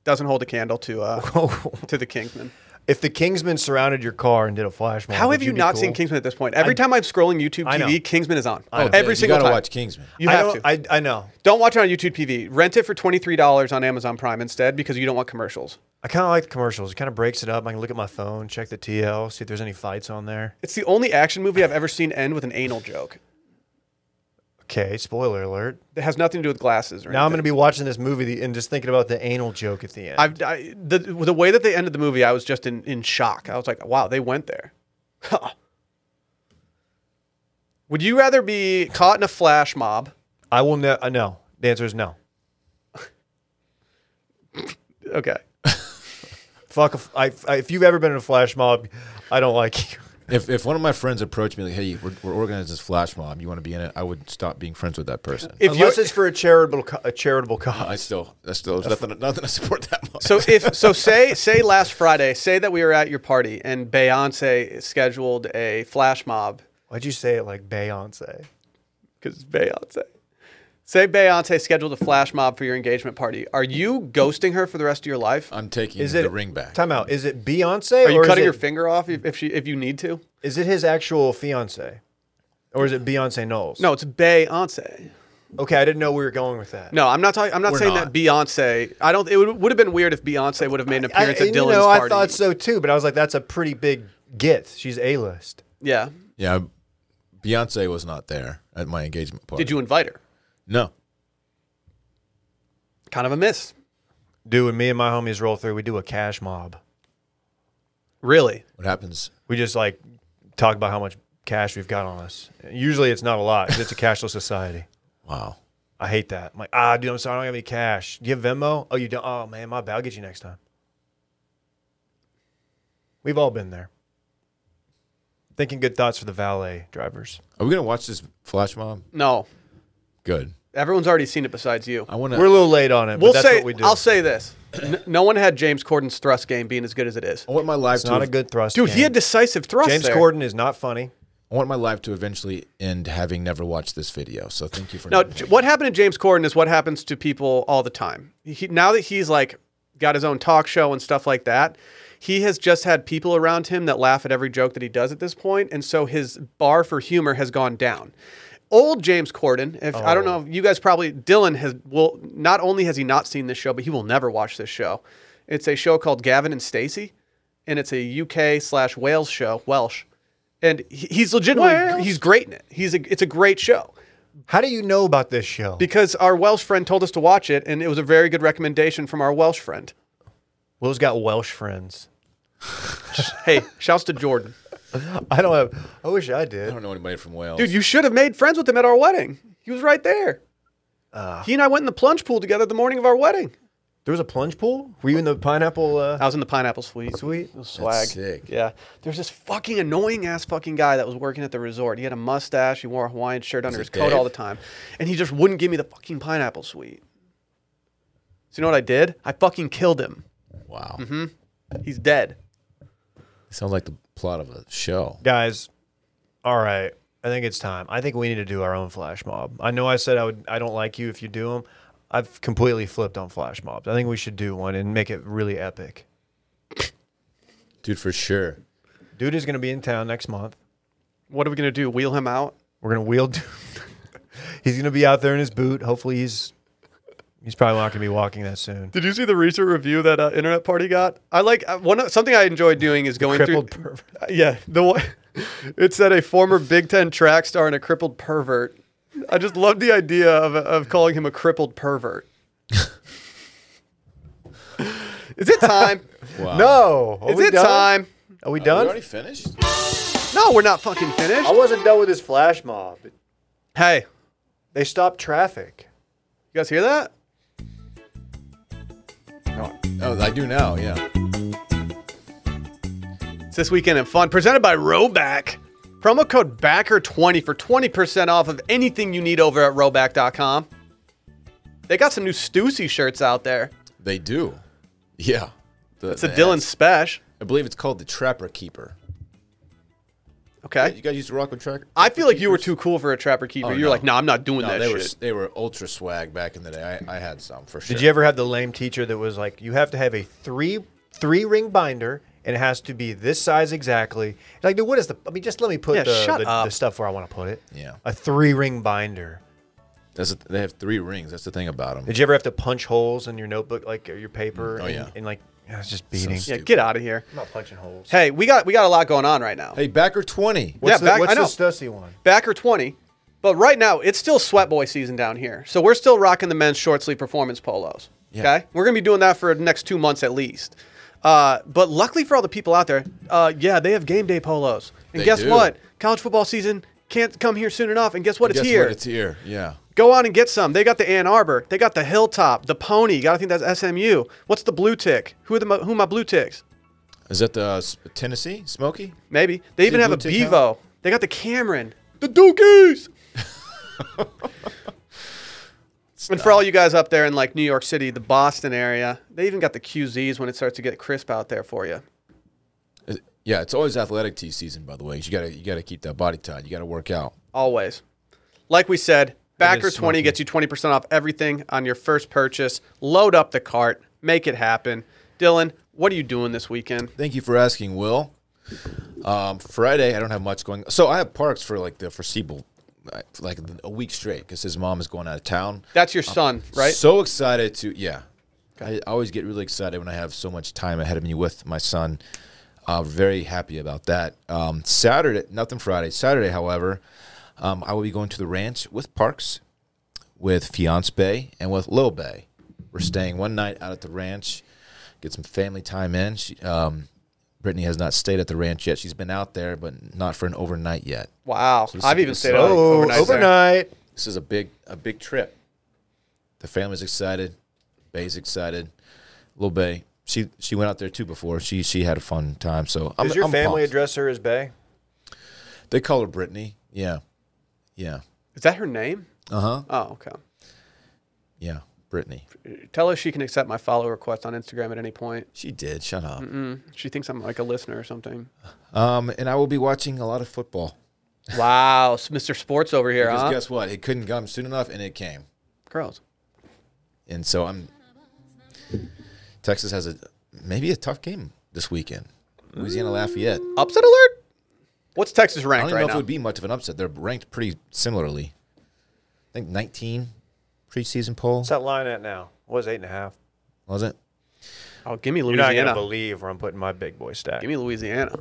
S1: Doesn't hold a candle to uh,
S2: Oh.
S1: to the Kingsman.
S2: If the Kingsmen surrounded your car and did a flash mob,
S1: How
S2: would
S1: have you
S2: be
S1: not
S2: cool?
S1: seen Kingsman at this point? Every time I'm scrolling YouTube
S2: I know.
S1: TV, Kingsman is on.
S3: Oh, Dave,
S1: Every single
S3: you
S1: time.
S3: gotta watch Kingsman.
S1: You
S2: I
S1: have
S2: don't.
S1: to.
S2: I, I know.
S1: don't watch it on YouTube TV. Rent it for twenty three dollars on Amazon Prime instead because you don't want commercials.
S2: I kind of like the commercials. It kind of breaks it up. I can look at my phone, check the TL, see if there's any fights on there.
S1: It's the only action movie I've ever seen end with an anal joke.
S2: Okay, spoiler alert.
S1: It has nothing to do with glasses or
S2: Now
S1: anything.
S2: I'm going to be watching this movie the- and just thinking about the anal joke at the end.
S1: I've I, the the way that they ended the movie, I was just in, in shock. I was like, wow, they went there. Huh. Would you rather be caught in a flash mob?
S2: I will ne- uh, no. The answer is no.
S1: Okay.
S2: Fuck, a f- I, I- if you've ever been in a flash mob, I don't like you.
S3: If, if one of my friends approached me like, "Hey, we're, we're organizing this flash mob. You want to be in it?" I would stop being friends with that person.
S1: If
S2: Unless
S1: you're-
S2: it's for a charitable co- a charitable
S3: I
S2: cause.
S3: still, I still, there's nothing, nothing to support that much.
S1: So if so, say say last Friday, say that we were at your party and Beyonce scheduled a flash mob
S2: Why'd you say it like Beyonce?
S1: because Beyonce. Say Beyonce scheduled a flash mob for your engagement party. Are you ghosting her for the rest of your life?
S3: I'm taking
S2: Is
S3: the
S2: it
S3: ring back.
S2: Time out. Is it Beyonce?
S1: Are you
S2: Uh, or
S1: cutting
S2: is
S1: your
S2: it,
S1: finger off if, if she if you need to?
S2: Is it his actual fiance, or is it Beyonce Knowles?
S1: No, it's Beyonce.
S2: Okay, I didn't know we were going with that.
S1: No, I'm not talking. I'm not
S3: We're
S1: saying that
S3: not.
S1: Beyonce. I don't. It would, would have been weird if Beyonce would have made an
S2: I,
S1: appearance
S2: you
S1: at Dylan's
S2: know,
S1: party.
S2: I thought so too, but I was like, that's a pretty big get. She's a list.
S1: Yeah.
S3: yeah, Beyonce was not there at my engagement party.
S1: Did you invite her?
S3: No.
S1: Kind of a miss.
S2: Dude, when me and my homies roll through, we do a cash mob.
S1: Really?
S3: What happens?
S2: We just like talk about how much cash we've got on us. Usually, it's not a lot. 'cause It's a cashless society.
S3: Wow.
S2: I hate that. I'm like, ah, dude, I'm sorry, I don't have any cash. Do you have Venmo? Oh, you don't. Oh man, my bad. I'll get you next time. We've all been there. Thinking good thoughts for the valet drivers.
S3: Are we gonna watch this flash mob?
S1: No.
S3: Good.
S1: Everyone's already seen it besides you.
S3: I want
S2: We're a
S3: to.
S2: little late on it.
S1: We'll
S2: but that's
S1: say.
S2: what we do.
S1: I'll say this. N- no one had James Corden's thrust game being as good as it is.
S3: I want my life
S2: it's
S3: to.
S2: not a
S3: ev-
S2: good thrust.
S1: Dude, he
S2: game.
S1: had decisive thrust.
S2: Oh, James
S1: there.
S2: Corden is not funny.
S3: I want my life to eventually end having never watched this video. So thank you for.
S1: Now,
S3: not-
S1: J- what happened to James Corden is what happens to people all the time. He, now that he's like got his own talk show and stuff like that, he has just had people around him that laugh at every joke that he does at this point, and so his bar for humor has gone down. Old James Corden, if I don't know, you guys probably Dylan has will not only has he not seen this show, but he will never watch this show. It's a show called Gavin and Stacey, and it's a UK slash Wales show, Welsh, and he- he's legitimately he's great in it. He's a, it's a great show
S2: How do you know about this show?
S1: because our Welsh friend told us to watch it, and it was a very good recommendation from our Welsh friend.
S2: Will's got Welsh friends.
S1: Hey, shouts to Jordan,
S2: I don't have. I wish I
S3: I
S2: did.
S3: don't know anybody from Wales.
S1: dude. You should have made friends with him at our wedding. He was right there. he and I went in the plunge pool together the morning of our wedding.
S2: There was a plunge pool. Were you in the pineapple?
S1: I
S2: Uh,
S1: was in the pineapple suite.
S2: Sweet.
S1: It was swag.
S3: That's sick.
S1: Yeah, there's this fucking annoying ass fucking guy that was working at the resort. He had a mustache. He wore a Hawaiian shirt under
S3: it
S1: his coat
S3: Dave?
S1: all the time, and he just wouldn't give me the fucking pineapple suite. So you know what I did? I fucking killed him.
S3: Wow.
S2: Mm-hmm.
S1: He's dead.
S3: Sounds like the plot of a show.
S2: guys, all right. I think it's time. I think we need to do our own flash mob. I know I said I would. I don't like you if you do them. I've completely flipped on flash mobs. I think we should do one and make it really epic.
S3: Dude, for sure.
S2: Dude is going to be in town next month.
S1: What are we gonna do? Wheel him out?
S2: We're going to wheel. Dude. he's going to be out there in his boot. Hopefully, he's he's probably not going to be walking that soon.
S1: Did you see the recent review that uh, Internet Party got? I like uh, one of- something I enjoy doing is going through.
S2: Crippled pervert.
S1: Uh, yeah, the one. it said a former Big Ten track star and a crippled pervert. I just love the idea of of calling him a crippled pervert. is it time?
S3: Wow.
S2: No, Are
S1: is
S2: we
S1: it
S2: done?
S1: time?
S2: Are we
S3: Are we
S2: done?
S3: already finished?
S1: No, we're not fucking finished.
S2: I wasn't done with this flash mob.
S1: Hey, you
S2: They stopped traffic.
S1: guys hear that?
S3: Oh, I do now, yeah.
S1: It's this weekend in fun, presented by Roback. Promo code BACKER20 E for 20% off of anything you need over at roback.com. They got some new Stussy shirts out there.
S3: They do. Yeah. The-
S1: It's a
S3: the-
S1: Dylan Special.
S3: I believe it's called the Trapper Keeper. You
S1: Okay.
S3: guys used to rock with Trapper?
S1: I feel like you were too cool for a Trapper Keeper.
S3: Oh,
S1: You're
S3: no.
S1: like, no, I'm not doing
S3: No,
S1: that
S3: they
S1: shit.
S3: were they were ultra swag back in the day. I, I had some for sure.
S2: Did you ever have the lame teacher that was like, you have to have a three three ring binder and it has to be this size exactly? Like, dude, what is the? I mean, just let me put
S1: Yeah,
S2: the,
S1: shut
S2: the,
S1: up.
S2: the stuff where I want to put it.
S3: Yeah.
S2: a three ring binder.
S3: That's a, they have three rings. That's the thing about them.
S2: Did you ever have to punch holes in your notebook, like or your paper?
S3: Oh,
S2: and,
S3: yeah.
S2: and like yeah, it's just beating.
S1: yeah,
S3: stupid.
S1: get out of here.
S2: I'm not punching holes.
S1: Hey, we got we got a lot going on right now.
S3: hey, backer 20.
S1: yeah,
S2: what's the,
S1: back-
S2: what's
S1: I know.
S2: the Stussy one?
S1: Backer 20. But right now, it's still sweat boy season down here. So we're still rocking the men's short sleeve performance polos.
S3: Yeah.
S1: Okay. We're going to be doing that for the next two months at least. Uh, but luckily for all the people out there, uh, yeah, they have game day polos. And
S3: They
S1: guess
S3: do.
S1: what? College football season Can't come here soon enough. And guess what? It's
S3: Guess
S1: here.
S3: What? It's here. Yeah.
S1: Go out and get some. They got the Ann Arbor. They got the Hilltop. The Pony. Got to think that's SMU. What's the blue tick? Who are the mo- who are my blue ticks?
S3: Is that the uh, S- Tennessee Smoky?
S1: Maybe they even
S3: it
S1: have a
S3: blue tick
S1: Bevo. They got the Cameron. The Dukies. and for all you guys up there in like New York City, the Boston area, they even got the QZs when it starts to get crisp out there for you.
S3: Is- Uh, Yeah, it's always athletic tee season, by the way. 'cause You gotta you gotta keep that body tight. You gotta work out.
S1: always. Like we said, Backer
S3: is
S1: 20
S3: smoky.
S1: gets you 20% off everything on your first purchase. Load up the cart, make it happen. Dylan, what are you doing this weekend?
S3: Thank you for asking, Will. Um, Friday, I don't have much going. So I have parks for like the foreseeable, like- like a week straight, because his mom is going out of town.
S1: That's your son, right?
S3: So excited to yeah. I always get really excited when I have so much time ahead of me with my son. Uh, very happy about that. Um, Saturday, nothing Friday. Saturday, however, um, I will be going to the ranch with Parks, with Fiance Bay, and with Lil Bay. We're staying one night out at the ranch, get some family time in. She, um, Brittany has not stayed at the ranch yet. She's been out there, but not for an overnight yet.
S1: wow.
S3: this
S1: I've
S3: is
S1: even stayed
S3: so-
S1: out overnight. there.
S2: Oh, Overnight.
S3: This is a big a big trip. The family's excited. Bay's excited. Lil Bay, she she went out there too before. She she had a fun time. So I'm,
S2: Does your
S3: I'm
S2: family
S3: pumped.
S2: address her as Bay?
S3: They call her Brittany. Yeah, yeah,
S1: Is that her name?
S2: Uh-huh.
S1: Uh huh. Oh, okay.
S3: yeah. Brittany.
S1: Tell her she can accept my follow request on Instagram at any point.
S3: She did. Shut up.
S1: She thinks I'm like a listener or something.
S3: Um, and I will be watching a lot of football.
S1: Wow, s- Mr. Sports over here,
S3: Because
S1: huh?
S3: guess what? It couldn't come soon enough, and it came.
S1: Girls.
S3: And so I'm. Texas has a maybe a tough game this weekend. Louisiana Lafayette.
S1: Upset alert? What's Texas
S3: I don't
S1: ranked
S3: even
S1: right
S3: know
S1: now?
S3: if it would be much of an upset. They're ranked pretty similarly. I think 19 preseason poll
S2: What's that line at now? It was eight and a half.
S3: was it?
S1: oh, give me
S2: You're not gonna
S1: Louisiana.
S2: believe where I'm putting my big boy stack.
S1: Give me Louisiana.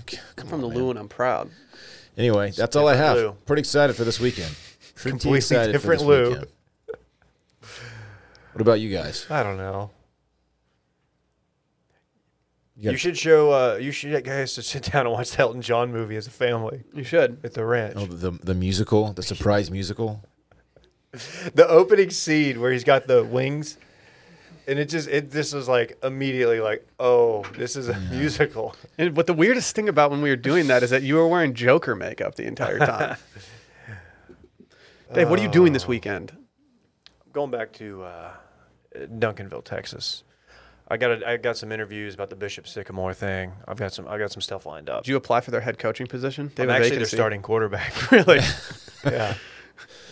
S3: Okay, come
S1: From
S3: on,
S2: Oh,
S1: the
S3: man.
S1: Lou and I'm proud.
S3: Anyway, that's all I have.
S2: Lou.
S3: Pretty excited for this weekend. Pretty
S2: Completely
S3: excited
S2: different
S3: for this
S2: Lou.
S3: weekend. What about you guys?
S2: I don't know.
S3: got-
S2: You should show. Uh, you should get guys to sit down and watch the Elton John movie as a family
S1: You should.
S2: at the ranch.
S3: Oh, the the musical, the surprise musical.
S2: The opening scene where he's got the wings, and it just it this was like immediately like oh this is a musical.
S1: And what the weirdest thing about when we were doing that is that you were wearing Joker makeup the entire time. Dave, what are you doing
S2: Oh.
S1: this weekend?
S2: Going back to uh, Duncanville, Texas. I got a, I got some interviews about the Bishop Sycamore thing. I've got some I got some stuff lined up.
S1: Did you apply for their head coaching position? They
S2: I'm
S1: have a
S2: actually their
S1: vacancy.
S2: starting quarterback.
S1: Really?
S2: yeah,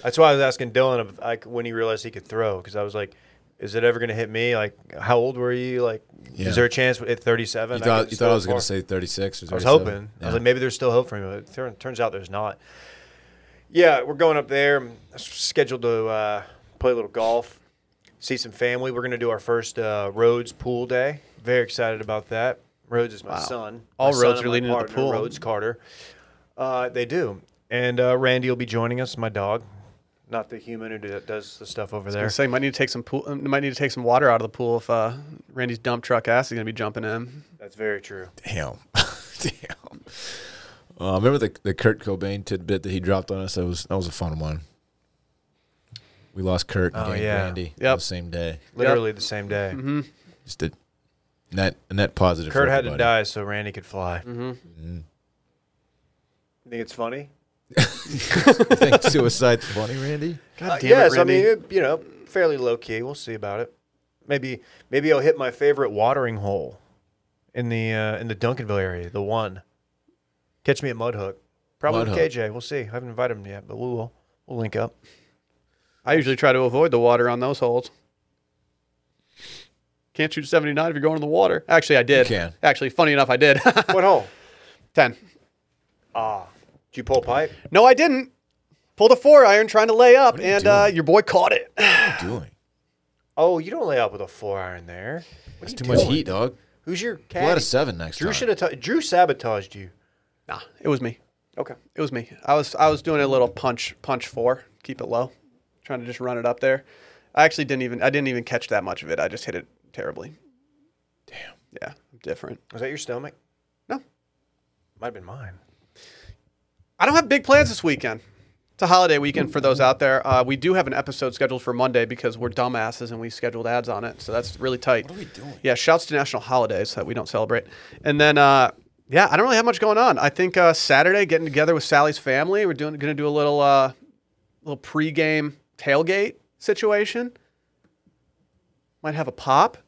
S2: that's why I was asking Dylan if, like when he realized he could throw because I was like, "Is it ever going to hit me? Like, how old were you? Like,
S3: Yeah.
S2: is there a chance at 37?"
S3: You thought, you thought I was going to say 36 or 37.
S2: I was hoping. I
S3: Yeah.
S2: was like, maybe there's still hope for me, but it turn- turns out there's not. Yeah, we're going up there. I'm scheduled to uh, play a little golf, see some family. We're going to do our first uh, Rhodes pool day. Very excited about that. Rhodes is my son.
S1: All
S2: my
S1: roads
S2: son
S1: are
S2: and
S1: leading to
S2: my
S1: the
S2: partner,
S1: pool.
S2: Rhodes Carter. Uh, they do. And uh, Randy will be joining us, my dog, not the human who do- does the stuff over
S1: I
S2: there.
S1: was saying, might need to take some pool, uh, might need to take some water out of the pool if uh, Randy's dump truck ass is going to be jumping in.
S2: That's very true.
S3: Damn. Damn. Uh, remember the, the Kurt Cobain tidbit that he dropped on us? That was that was a fun one. We lost Kurt and
S2: Oh,
S3: gained
S2: yeah.
S3: Randy on
S1: Yep.
S3: the same day.
S2: Literally the same day.
S3: Just a net a net positive.
S2: Kurt
S3: for
S2: had to
S3: everybody.
S2: die so Randy could fly. You Mm-hmm. think it's funny?
S3: You think suicide's funny, Randy.
S1: God damn
S2: Uh, yes,
S1: it, Randy.
S2: I mean, it, you know, fairly low key. We'll see about it. Maybe, maybe I'll hit my favorite watering hole in the uh, in the Duncanville area, the one. Catch me at Mudhook. Probably
S3: Mudhook.
S2: with KJ. We'll see. I haven't invited him yet, but we will. We'll link up.
S1: I usually try to avoid the water on those holes. Can't shoot 79 if you're going in the water. Actually, I did.
S3: can.
S1: Actually, funny enough, I did.
S2: what hole?
S1: 10.
S2: Ah, Did you pull pipe?
S1: No, I didn't. Pulled a four iron trying to lay up,
S3: are you
S1: and uh,
S3: doing?
S1: your boy caught it.
S3: doing?
S2: Oh, you don't lay up with a four iron there.
S3: That's too much heat, dog.
S2: Who's your
S3: Pull out
S2: caddy?
S3: a seven next
S2: Drew
S3: time.
S2: should have. ta Drew sabotaged you.
S1: Nah, it was me.
S2: Okay.
S1: It was me. I was I was doing a little punch punch four, keep it low, trying to just run it up there. I actually didn't even I didn't even catch that much of it. I just hit it terribly. Damn. Yeah, I'm different.
S2: Was that your stomach?
S1: No,
S2: Might have been mine.
S1: I don't have big plans this weekend. It's a holiday weekend for those out there. Uh, we do have an episode scheduled for Monday because we're dumbasses and we scheduled ads on it, so that's really tight. What are we doing? Yeah, shouts to national holidays that we don't celebrate. And then, uh, yeah, I don't really have much going on. I think uh, Saturday, getting together with Sally's family, we're doing going to do a little uh, little pregame tailgate situation. Might have a pop.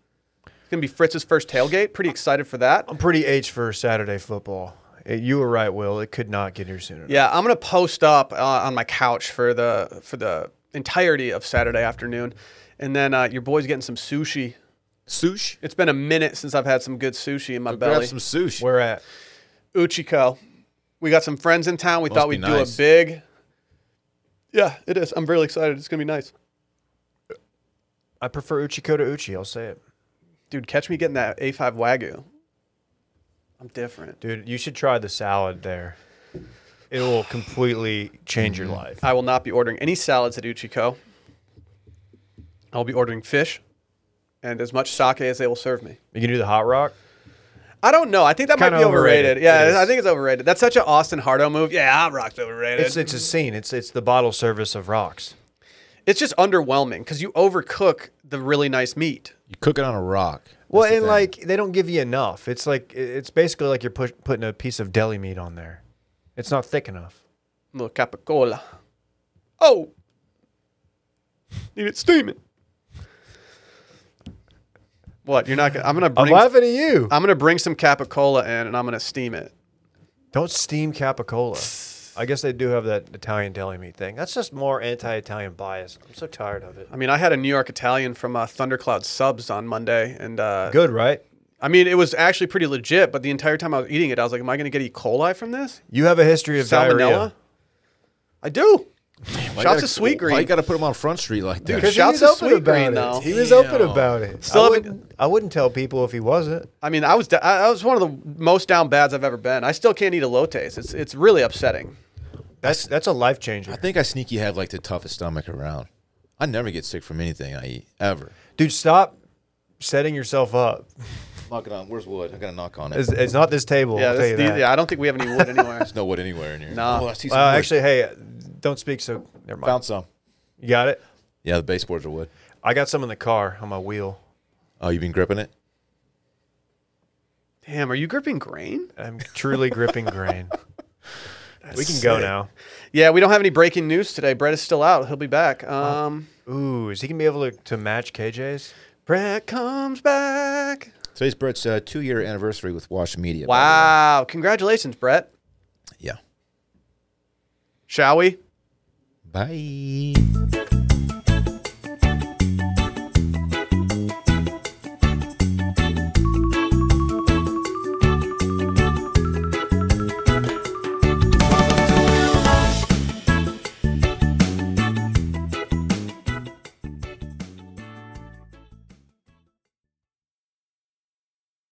S1: It's gonna be Fritz's first tailgate. Pretty excited for that.
S2: I'm pretty H for Saturday football. Eh, you were right, Will. It could not get here sooner. enough.
S1: Yeah, I'm gonna post up uh, on my couch for the for the entirety of Saturday afternoon, and then uh, your boy's getting some sushi.
S3: Sush.
S1: It's been a minute since I've had some good sushi in my
S3: Grab
S1: belly.
S3: some sush.
S2: Where at?
S1: Uchiko, we got some friends in town. We
S3: Must
S1: thought
S3: be
S1: we'd
S3: nice.
S1: do a big. Yeah, it is. I'm really excited. It's gonna be nice,
S2: I prefer Uchiko to Uchi. I'll say it.
S1: dude. Catch me getting that A5 wagyu. I'm different.
S2: Dude, you should try the salad there. It will completely change your life.
S1: I will not be ordering any salads at Uchiko. I'll be ordering fish, and as much sake as they will serve me.
S2: You can do the hot rock.
S1: I don't know. I think that might
S2: Kinda
S1: be overrated.
S2: overrated. It is.
S1: Yeah, I think it's overrated. That's such an Austin Hardo move. Yeah, Hot Rock's overrated.
S2: It's
S1: It's,
S2: it's a scene. It's it's the bottle service of rocks.
S1: just underwhelming because you overcook the really nice meat.
S3: You cook it on a rock. That's
S2: Well,
S3: the
S2: and
S3: thing.
S2: like they don't give you enough. It's like i- it's basically like you're push, putting a piece of deli meat on there. It's not thick enough.
S1: little capicola. Oh, need it steaming. What? You're not gonna? I'm gonna
S2: I'm
S1: bring.
S2: laughing at you.
S1: I'm gonna bring some capicola in, and I'm gonna steam it.
S2: Don't steam capicola. I guess they do have that Italian deli meat thing. That's just more anti-Italian bias. I'm so tired of it.
S1: I mean, I had a New York Italian from uh, Thundercloud Subs on Monday, and uh,
S2: Good, right?
S1: I mean, it was actually pretty legit. But the entire time I was eating it, I was like, "Am I gonna get E. coli from this?"
S2: You have a history of
S1: salmonella.
S2: diarrhea.
S1: I do.
S3: Why
S1: Shouts
S3: gotta-
S1: to Sweet
S3: Why
S1: Green.
S3: you got to put them on Front Street like that?
S1: Dude,
S2: He
S1: Shouts
S2: was
S1: to
S2: open
S1: Sweet
S2: about
S1: Green,
S2: it.
S1: though.
S2: He was open about it.
S1: Still
S2: I
S1: haven't-
S2: wouldn't, I wouldn't tell people if he wasn't.
S1: I mean, I was da- I I was one of the most down bads I've ever been. I still can't eat elotes. It's it's really upsetting.
S2: That's that's a life changer,
S3: I think I sneaky have like the toughest stomach around. I never get sick from anything I eat ever.
S2: dude. Stop setting yourself up.
S3: Knock it on. Where's wood? I got to knock on it.
S2: It's, it's not this table.
S1: yeah,
S2: I'll tell
S1: this,
S2: you
S1: the-
S2: that.
S1: yeah, I don't think we have any wood anywhere.
S3: There's no wood anywhere in here.
S1: Nah.
S3: Oh, I see some
S2: Well,
S3: wood.
S2: actually, hey, don't speak. So never mind.
S3: found some.
S2: You got it.
S3: Yeah, the baseboards are wood.
S2: I got some in the car on my wheel.
S3: Oh, you've been gripping it.
S1: Damn, are you gripping grain?
S2: I'm truly gripping grain. we can go
S1: sick.
S2: now.
S1: Yeah, we don't have any breaking news today. Brett is still out. He'll be back. Um,
S2: Ooh, is he gonna be able to, to match KJ's?
S1: Brett comes back.
S3: Today's Brett's uh, two-year anniversary with Wash Media. by
S1: Wow! Congratulations, Brett.
S3: the way. Yeah.
S1: Shall we?
S3: Bye.